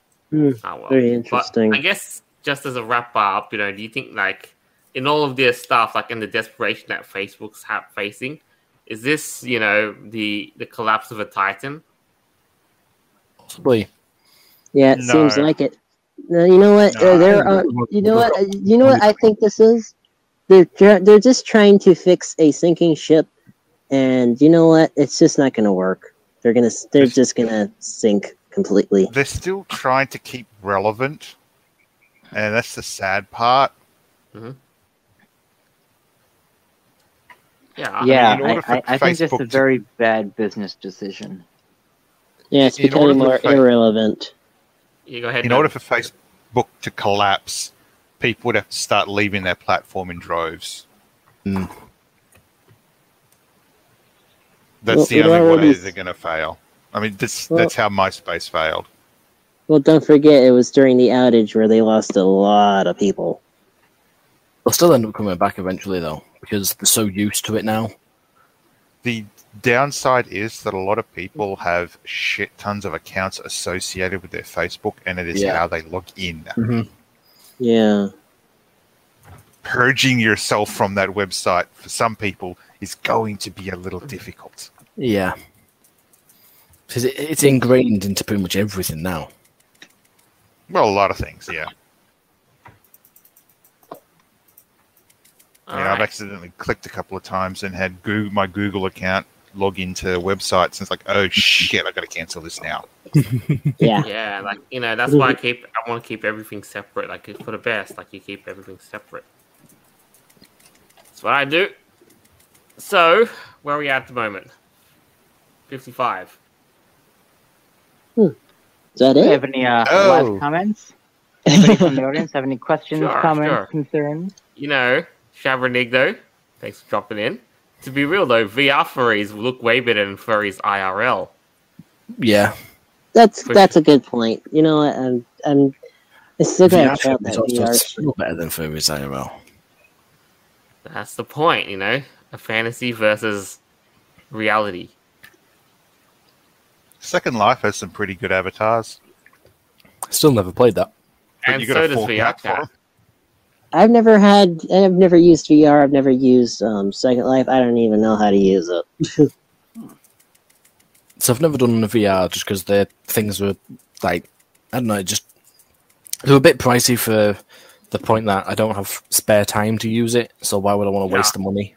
Speaker 1: Ah, well.
Speaker 5: Very
Speaker 1: But
Speaker 5: interesting.
Speaker 1: I guess just as a wrap up, you know, do you think like in all of this stuff, like in the desperation that Facebook's ha- facing, is this you know the the collapse of a titan?
Speaker 4: possibly.
Speaker 5: yeah, it
Speaker 3: No.
Speaker 5: seems like it. No, you know what?
Speaker 3: No.
Speaker 5: Uh, there are. You know what? uh, You know what? I think this is. They're tr- they're just trying to fix a sinking ship, and you know what? It's just not going to work. They're gonna. s- They're just gonna sink completely.
Speaker 3: They're still trying to keep relevant, and that's the sad part.
Speaker 1: Yeah.
Speaker 2: yeah,
Speaker 3: in order
Speaker 2: I,
Speaker 3: for
Speaker 2: I, I think
Speaker 3: Facebook
Speaker 2: that's
Speaker 3: to-
Speaker 2: a very bad business decision.
Speaker 5: Yeah, it's
Speaker 3: In order
Speaker 5: becoming
Speaker 3: for
Speaker 5: more
Speaker 3: fa-
Speaker 5: irrelevant.
Speaker 1: You go ahead.
Speaker 3: In
Speaker 1: Noah.
Speaker 3: order for Facebook to collapse, people would have to start leaving their platform in droves.
Speaker 5: Hmm.
Speaker 4: Mm.
Speaker 3: That's
Speaker 5: Well,
Speaker 3: the
Speaker 5: it
Speaker 3: only way
Speaker 5: already-
Speaker 3: they're going to fail. I mean, this,
Speaker 5: Well-
Speaker 3: that's how MySpace failed.
Speaker 5: Well, don't forget, it was during the outage where they lost a lot of people.
Speaker 4: They'll still end up coming back eventually, though, because they're so used to it now.
Speaker 3: The downside is that a lot of people have shit tons of accounts associated with their Facebook, and it is
Speaker 4: Yeah.
Speaker 3: how they log in.
Speaker 5: Yeah.
Speaker 3: purging yourself from that website for some people is going to be a little difficult.
Speaker 4: Yeah. Because it, it's ingrained into pretty much everything now.
Speaker 3: Well, a lot of things, yeah. I mean, I've
Speaker 1: Alright.
Speaker 3: accidentally clicked a couple of times and had Google, my Google account log into websites, and it's like, oh shit, I got to cancel this now.
Speaker 5: Yeah.
Speaker 1: Yeah, like you know, that's why I keep. I want to keep everything separate. Like it's for the best. Like you keep everything separate. That's what I do. So where are we at the moment? Fifty-five.
Speaker 5: Is that
Speaker 2: Do you
Speaker 5: it?
Speaker 2: have any uh,
Speaker 3: Oh.
Speaker 2: last comments? Anybody from the audience have any questions,
Speaker 1: Sure,
Speaker 2: comments,
Speaker 1: sure.
Speaker 2: concerns?
Speaker 1: You know, Shavranig though. Thanks for dropping in. To be real though, VR furries look way better than furries IRL.
Speaker 4: Yeah.
Speaker 5: That's
Speaker 1: Which-
Speaker 5: that's a good point. You know, what, I'm I'm I'm still gonna
Speaker 4: VR
Speaker 5: try out
Speaker 4: is
Speaker 5: that
Speaker 4: also
Speaker 5: VR. shit.
Speaker 4: still better than Furby's IRL.
Speaker 1: That's the point, you know, a fantasy versus reality.
Speaker 3: Second Life has some pretty good avatars.
Speaker 4: Still never played that.
Speaker 3: But
Speaker 1: and
Speaker 3: you got
Speaker 1: so
Speaker 3: a
Speaker 1: does
Speaker 3: full
Speaker 1: VR
Speaker 3: platform.
Speaker 1: chat.
Speaker 5: I've never had. I've never used VR. I've never used um, Second Life. I don't even know how to use it.
Speaker 4: So I've never done a VR just because the things were like I don't know, just they were a bit pricey for the point that I don't have spare time to use it. So why would I want to
Speaker 1: Yeah.
Speaker 4: waste the money?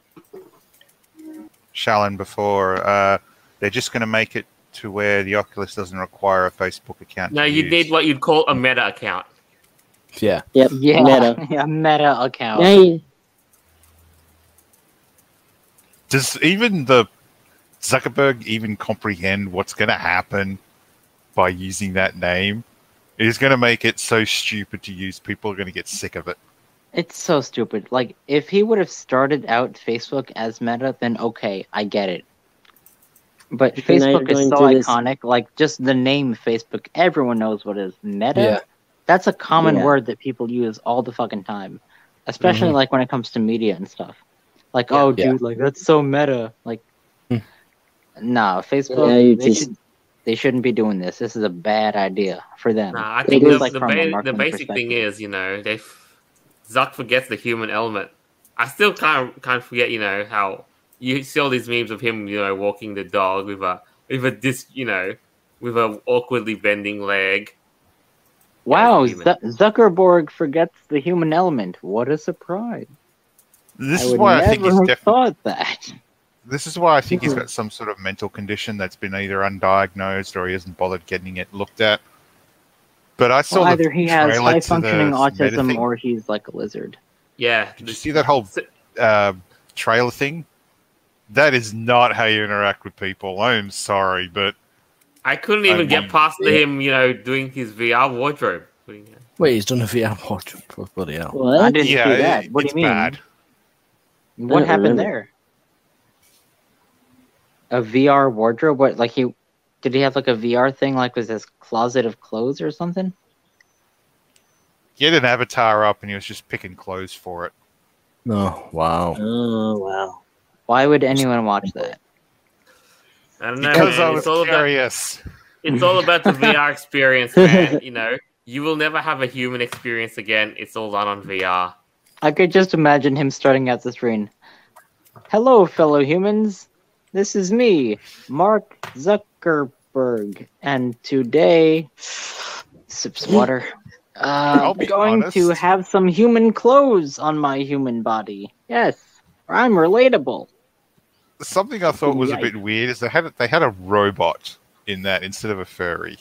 Speaker 3: Shallon before. Uh, they're just going to make it to where the Oculus doesn't require a Facebook account.
Speaker 1: No,
Speaker 3: to
Speaker 1: you'd
Speaker 3: use.
Speaker 1: need what you'd call a meta account.
Speaker 4: Yeah,
Speaker 5: Yep.
Speaker 2: Yeah,
Speaker 5: Meta.
Speaker 2: yeah, meta account.
Speaker 5: Now you-
Speaker 3: Does even the Zuckerberg even comprehend what's going to happen by using that name? It is going to make it so stupid to use. People are going to get sick of it.
Speaker 2: It's so stupid. Like, if he would have started out Facebook as Meta, then okay, I get it. But
Speaker 5: But now you're
Speaker 2: Facebook is
Speaker 5: going
Speaker 2: so
Speaker 5: through this-
Speaker 2: iconic. Like, just the name Facebook, everyone knows what it is. Meta?
Speaker 4: Yeah.
Speaker 2: That's a common
Speaker 5: Yeah.
Speaker 2: word that people use all the fucking time. Especially, like, when it comes to media and stuff. Like, oh, dude,
Speaker 4: Mm-hmm. Yeah.
Speaker 2: like, that's so meta. Like,
Speaker 4: Hmm.
Speaker 2: nah, Facebook,
Speaker 5: Yeah, you
Speaker 2: they,
Speaker 5: just-
Speaker 2: should, they shouldn't be doing this. This is a bad idea for them.
Speaker 1: Nah, I
Speaker 5: It
Speaker 1: think
Speaker 5: is
Speaker 1: the,
Speaker 2: like
Speaker 1: the,
Speaker 2: from a
Speaker 1: ba- the
Speaker 2: marketing
Speaker 1: basic thing
Speaker 2: perspective.
Speaker 1: is, you know, they f- Zuck forgets the human element. I still can't can't forget, you know, how you see all these memes of him, you know, walking the dog with a with a dis, you know, with a awkwardly bending leg.
Speaker 2: Wow,
Speaker 1: Yeah,
Speaker 2: Z-
Speaker 1: he's
Speaker 2: Zuckerberg forgets the human element. What a surprise!
Speaker 3: This
Speaker 2: I
Speaker 3: is
Speaker 2: would
Speaker 3: why
Speaker 2: never
Speaker 3: I think he's
Speaker 2: have
Speaker 3: definitely.
Speaker 2: thought that.
Speaker 3: This is why I think
Speaker 2: Mm-hmm.
Speaker 3: he's got some sort of mental condition that's been either undiagnosed or he hasn't bothered getting it looked at. But I saw
Speaker 2: Well,
Speaker 3: the
Speaker 2: either he has
Speaker 3: trailer to
Speaker 2: high
Speaker 3: the
Speaker 2: functioning
Speaker 3: Meta
Speaker 2: autism,
Speaker 3: thing.
Speaker 2: or he's like a lizard.
Speaker 1: Yeah,
Speaker 3: Did you see that whole uh, trailer thing? That is not how you interact with people. I'm sorry, but
Speaker 1: I couldn't
Speaker 3: I
Speaker 1: even get
Speaker 3: wondered,
Speaker 1: past
Speaker 4: yeah.
Speaker 1: him, you know, doing his VR wardrobe.
Speaker 4: wait, he's done a VR watch. Oh, Bloody hell!
Speaker 2: I
Speaker 5: What?
Speaker 2: didn't
Speaker 3: yeah,
Speaker 2: see that.
Speaker 3: it-
Speaker 2: what do
Speaker 3: it's
Speaker 2: you mean?
Speaker 3: bad.
Speaker 2: What
Speaker 5: don't
Speaker 2: happened
Speaker 5: remember.
Speaker 2: there? A VR wardrobe? What? Like he? Did he have like a VR thing? Like was his closet of clothes or something?
Speaker 3: He had an avatar up and he was just picking clothes for it.
Speaker 4: No, wow.
Speaker 5: Oh wow.
Speaker 2: Why would anyone watch that?
Speaker 1: I don't know.
Speaker 3: Because
Speaker 1: man,
Speaker 3: I
Speaker 1: it's
Speaker 3: was
Speaker 1: all about
Speaker 3: curious.
Speaker 1: It's all about the VR experience, man. You know, you will never have a human experience again. It's all done on VR.
Speaker 2: I could just imagine him starting out the screen. Hello, fellow humans. This is me, Mark Zuckerberg, and today, sips water. Uh,
Speaker 3: I'll
Speaker 2: I'm
Speaker 3: be
Speaker 2: going to
Speaker 3: honest.
Speaker 2: have some human clothes on my human body. Yes, I'm relatable.
Speaker 3: Something I thought was a bit weird is they had they had a robot in that instead of a furry.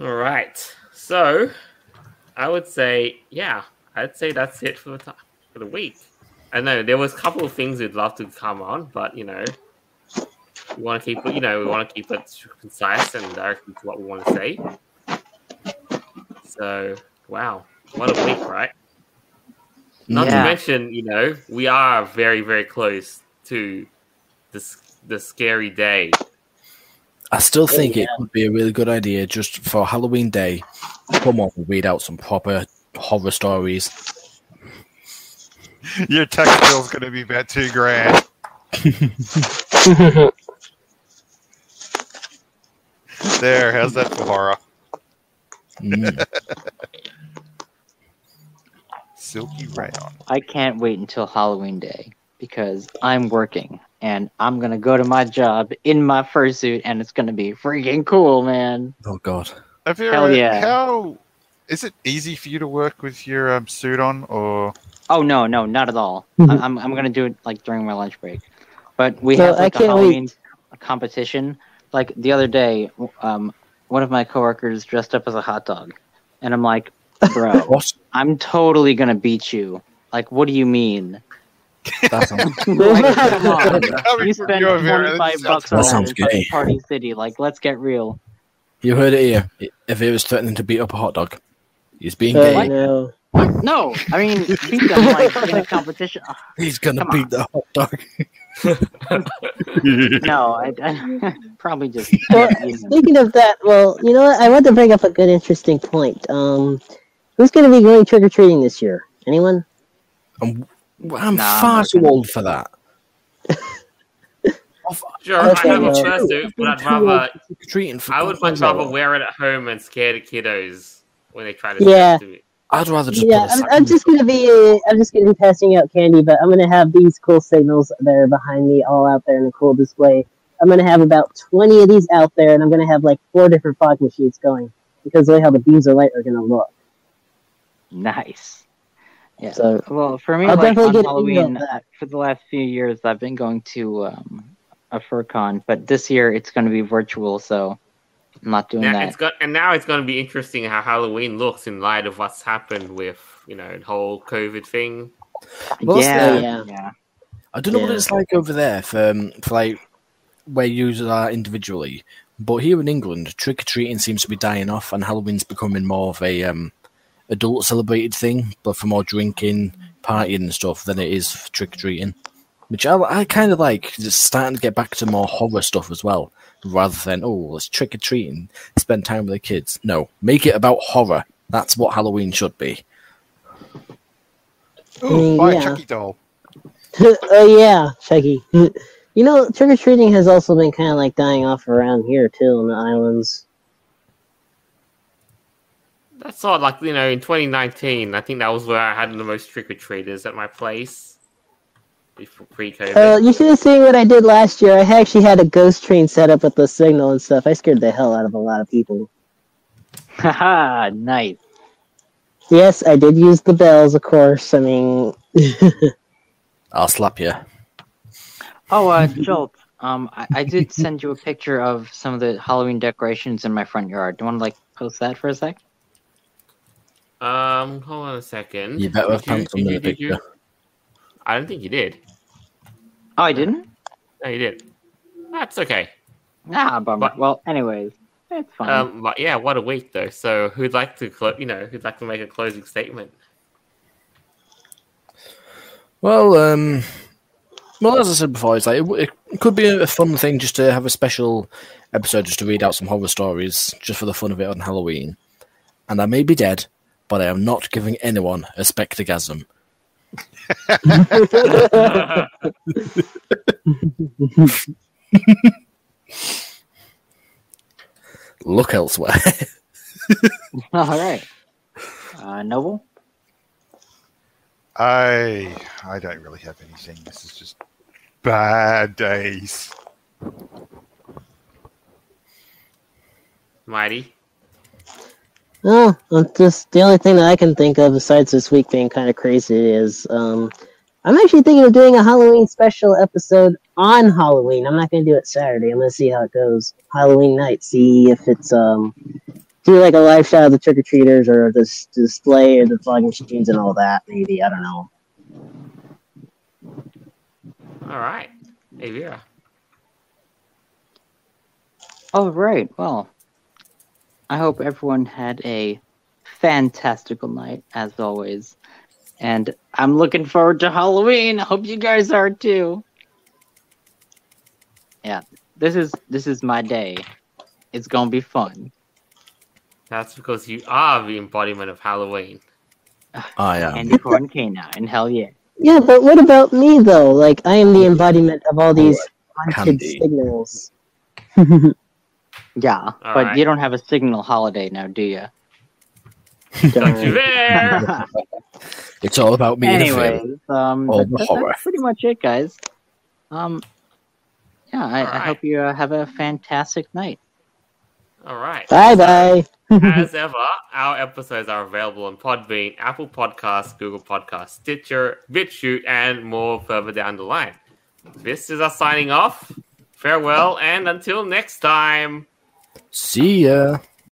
Speaker 1: All right. So, I would say, yeah, I'd say that's it for the time, for the week. I know there was a couple of things we'd love to come on, but you know, we want to keep it. You know, we want to keep it concise and direct to what we want to say. So, wow, what a week, right? Not
Speaker 2: Yeah.
Speaker 1: to mention, you know, we are very, very close to this the scary day.
Speaker 4: I still think it would be a really good idea just for Halloween Day. Come on, read out some proper horror stories.
Speaker 3: Your tax bill's going to be about two grand. there, how's that for horror?
Speaker 4: Mm.
Speaker 3: Silky rayon.
Speaker 2: I can't wait until Halloween Day because I'm working and I'm gonna go to my job in my fursuit and it's gonna be freaking cool, man.
Speaker 4: Oh god.
Speaker 3: Avira,
Speaker 2: Hell yeah.
Speaker 3: how is it easy for you to work with your um, suit on, or
Speaker 2: Oh no, no, not at all. I- I'm I'm gonna do it like during my lunch break. But we
Speaker 5: Mm-hmm. Well,
Speaker 2: have like
Speaker 5: I
Speaker 2: a
Speaker 5: can't
Speaker 2: Halloween competition. Like the other day, w- um, one of my coworkers dressed up as a hot dog, and I'm like, bro,
Speaker 4: What?
Speaker 2: I'm totally gonna beat you. Like, what do you mean?
Speaker 4: That sounds,
Speaker 2: Like, come on.
Speaker 3: Coming
Speaker 2: you
Speaker 3: from
Speaker 2: spend
Speaker 3: you, Avira, that
Speaker 2: 25
Speaker 3: sounds
Speaker 2: bucks
Speaker 4: That
Speaker 2: on
Speaker 4: sounds
Speaker 2: it, it's like
Speaker 4: gay.
Speaker 2: Party City. Like, let's get real.
Speaker 4: you heard it here. I- Avira's threatening to beat up a hot dog. He's
Speaker 2: Uh,
Speaker 4: being
Speaker 5: Oh,
Speaker 4: gay.
Speaker 5: no.
Speaker 2: No, I mean, beat them like in a competition. Oh, Ugh,
Speaker 4: He's gonna
Speaker 2: Come
Speaker 4: beat the hot dog.
Speaker 2: No, I, I probably just.
Speaker 5: Well,
Speaker 2: you know.
Speaker 5: Speaking of that, well, you know what? I want to bring up a good, interesting point. Um, who's going to be going trick or treating this year? Anyone?
Speaker 4: Well, I'm
Speaker 2: Nah, I'm
Speaker 4: far
Speaker 2: not
Speaker 4: too
Speaker 2: gonna-
Speaker 4: old for that.
Speaker 1: Sure,
Speaker 5: Okay,
Speaker 1: I have a
Speaker 5: well-
Speaker 1: fursuit, but I'd
Speaker 4: Too old
Speaker 1: rather
Speaker 4: for treating for
Speaker 1: I would
Speaker 4: God's
Speaker 1: much
Speaker 4: sake.
Speaker 1: rather wear it at home and scare the kiddos when they try to
Speaker 5: Yeah.
Speaker 1: step to me.
Speaker 4: I'd rather just.
Speaker 5: Yeah,
Speaker 4: put a
Speaker 5: I'm,
Speaker 4: sack
Speaker 5: I'm
Speaker 4: in
Speaker 5: just going to be uh, I'm just going to be passing out candy, but I'm going to have these cool signals that are behind me all out there in a cool display. I'm going to have about 20 of these out there, and I'm going to have like four different fog machines going because of the way how the beams of light are going to look.
Speaker 2: Nice. Yeah.
Speaker 5: So-
Speaker 2: well, for me,
Speaker 5: I'll
Speaker 2: like
Speaker 5: definitely
Speaker 2: on
Speaker 5: get an
Speaker 2: Halloween,
Speaker 5: email back.
Speaker 2: for the last few years, I've been going to um, a FurCon, but this year it's going to be virtual, so I'm not doing
Speaker 1: Now,
Speaker 2: that.
Speaker 1: it's got, and now it's going to be interesting how Halloween looks in light of what's happened with you know the whole COVID thing.
Speaker 4: Well, that's
Speaker 2: yeah,
Speaker 5: the-
Speaker 2: yeah, yeah.
Speaker 4: I don't know what
Speaker 5: Yeah.
Speaker 4: it's like over there for, um, for like where users are individually, but here in England, trick or treating seems to be dying off, and Halloween's becoming more of a um, adult celebrated thing, but for more drinking, partying, and stuff than it is for trick or treating, which I, I kind of like. 'cause It's starting to get back to more horror stuff as well, rather than oh, let's trick or treating, spend time with the kids. No, make it about horror. That's what Halloween should be.
Speaker 5: Mm,
Speaker 3: buy
Speaker 5: yeah.
Speaker 3: a Chucky doll?
Speaker 5: oh yeah, Chucky. you know, trick or treating has also been kind of like dying off around here too in the islands.
Speaker 1: That's sort of like you know in 2019, I think that was where I had the most trick or treaters at my place before pre-COVID.
Speaker 5: Uh, you should have seen what I did last year. I actually had a ghost train set up with the signal and stuff. I scared the hell out of a lot of people.
Speaker 2: Haha, nice.
Speaker 5: Yes, I did use the bells, of course. I mean,
Speaker 4: I'll slap you.
Speaker 2: Oh, uh, Jolt, um, I, I did send you a picture of some of the Halloween decorations in my front yard. Do you want to like post that for a sec?
Speaker 1: Um, hold on a second.
Speaker 4: You better have
Speaker 1: Did you-
Speaker 4: pants on
Speaker 1: did
Speaker 4: in
Speaker 1: you-
Speaker 4: the
Speaker 1: did you-
Speaker 4: picture.
Speaker 1: I don't think you did.
Speaker 2: Oh, I didn't.
Speaker 1: No, you did. That's okay.
Speaker 2: Ah, bummer.
Speaker 1: But-
Speaker 2: Well, anyways, it's fine.
Speaker 1: Um, but yeah, what a week though. So who'd like to, clo- you know, who'd like to make a closing statement?
Speaker 4: Well, um, well, as I said before, it's like it, it could be a fun thing just to have a special episode just to read out some horror stories just for the fun of it on Halloween. And I may be dead, but I am not giving anyone a spectagasm. Look elsewhere.
Speaker 2: All right. Uh, Noble.
Speaker 3: I I don't really have anything. This is just bad days.
Speaker 1: Mighty.
Speaker 5: oh, I'm just the only thing that I can think of besides this week being kind of crazy is um, I'm actually thinking of doing a Halloween special episode on Halloween. I'm not going to do it Saturday. I'm going to see how it goes. Halloween night, see if it's um, do like a live shot of the trick or treaters or the s- display or the vlogging machines and all that. Maybe I don't know.
Speaker 1: All right. Hey, Vera.
Speaker 2: All right. Well, I hope everyone had a fantastical night as always, and I'm looking forward to Halloween. I hope you guys are too. Yeah, this is this is my day. It's gonna be fun.
Speaker 1: That's because you are the embodiment of Halloween.
Speaker 4: I am.
Speaker 2: Candy corn canine. Hell yeah.
Speaker 5: Yeah, but what about me though? Like I am the embodiment of all these haunted
Speaker 4: Candy.
Speaker 5: signals.
Speaker 2: Yeah, but
Speaker 1: right.
Speaker 2: you don't have a signal holiday now, do you?
Speaker 1: Don't you dare!
Speaker 4: It's all about me.
Speaker 2: Anyways,
Speaker 4: Anyway,
Speaker 2: um,
Speaker 4: Oh,
Speaker 2: that- that-
Speaker 4: horror.
Speaker 2: that's pretty much it, guys. Um, yeah, I, I
Speaker 1: Alright.
Speaker 2: hope you uh, have a fantastic night.
Speaker 1: All right.
Speaker 5: Bye bye.
Speaker 1: As ever, our episodes are available on Podbean, Apple Podcasts, Google Podcasts, Stitcher, BitChute, and more further down the line. This is us signing off. Farewell, and until next time.
Speaker 4: see ya.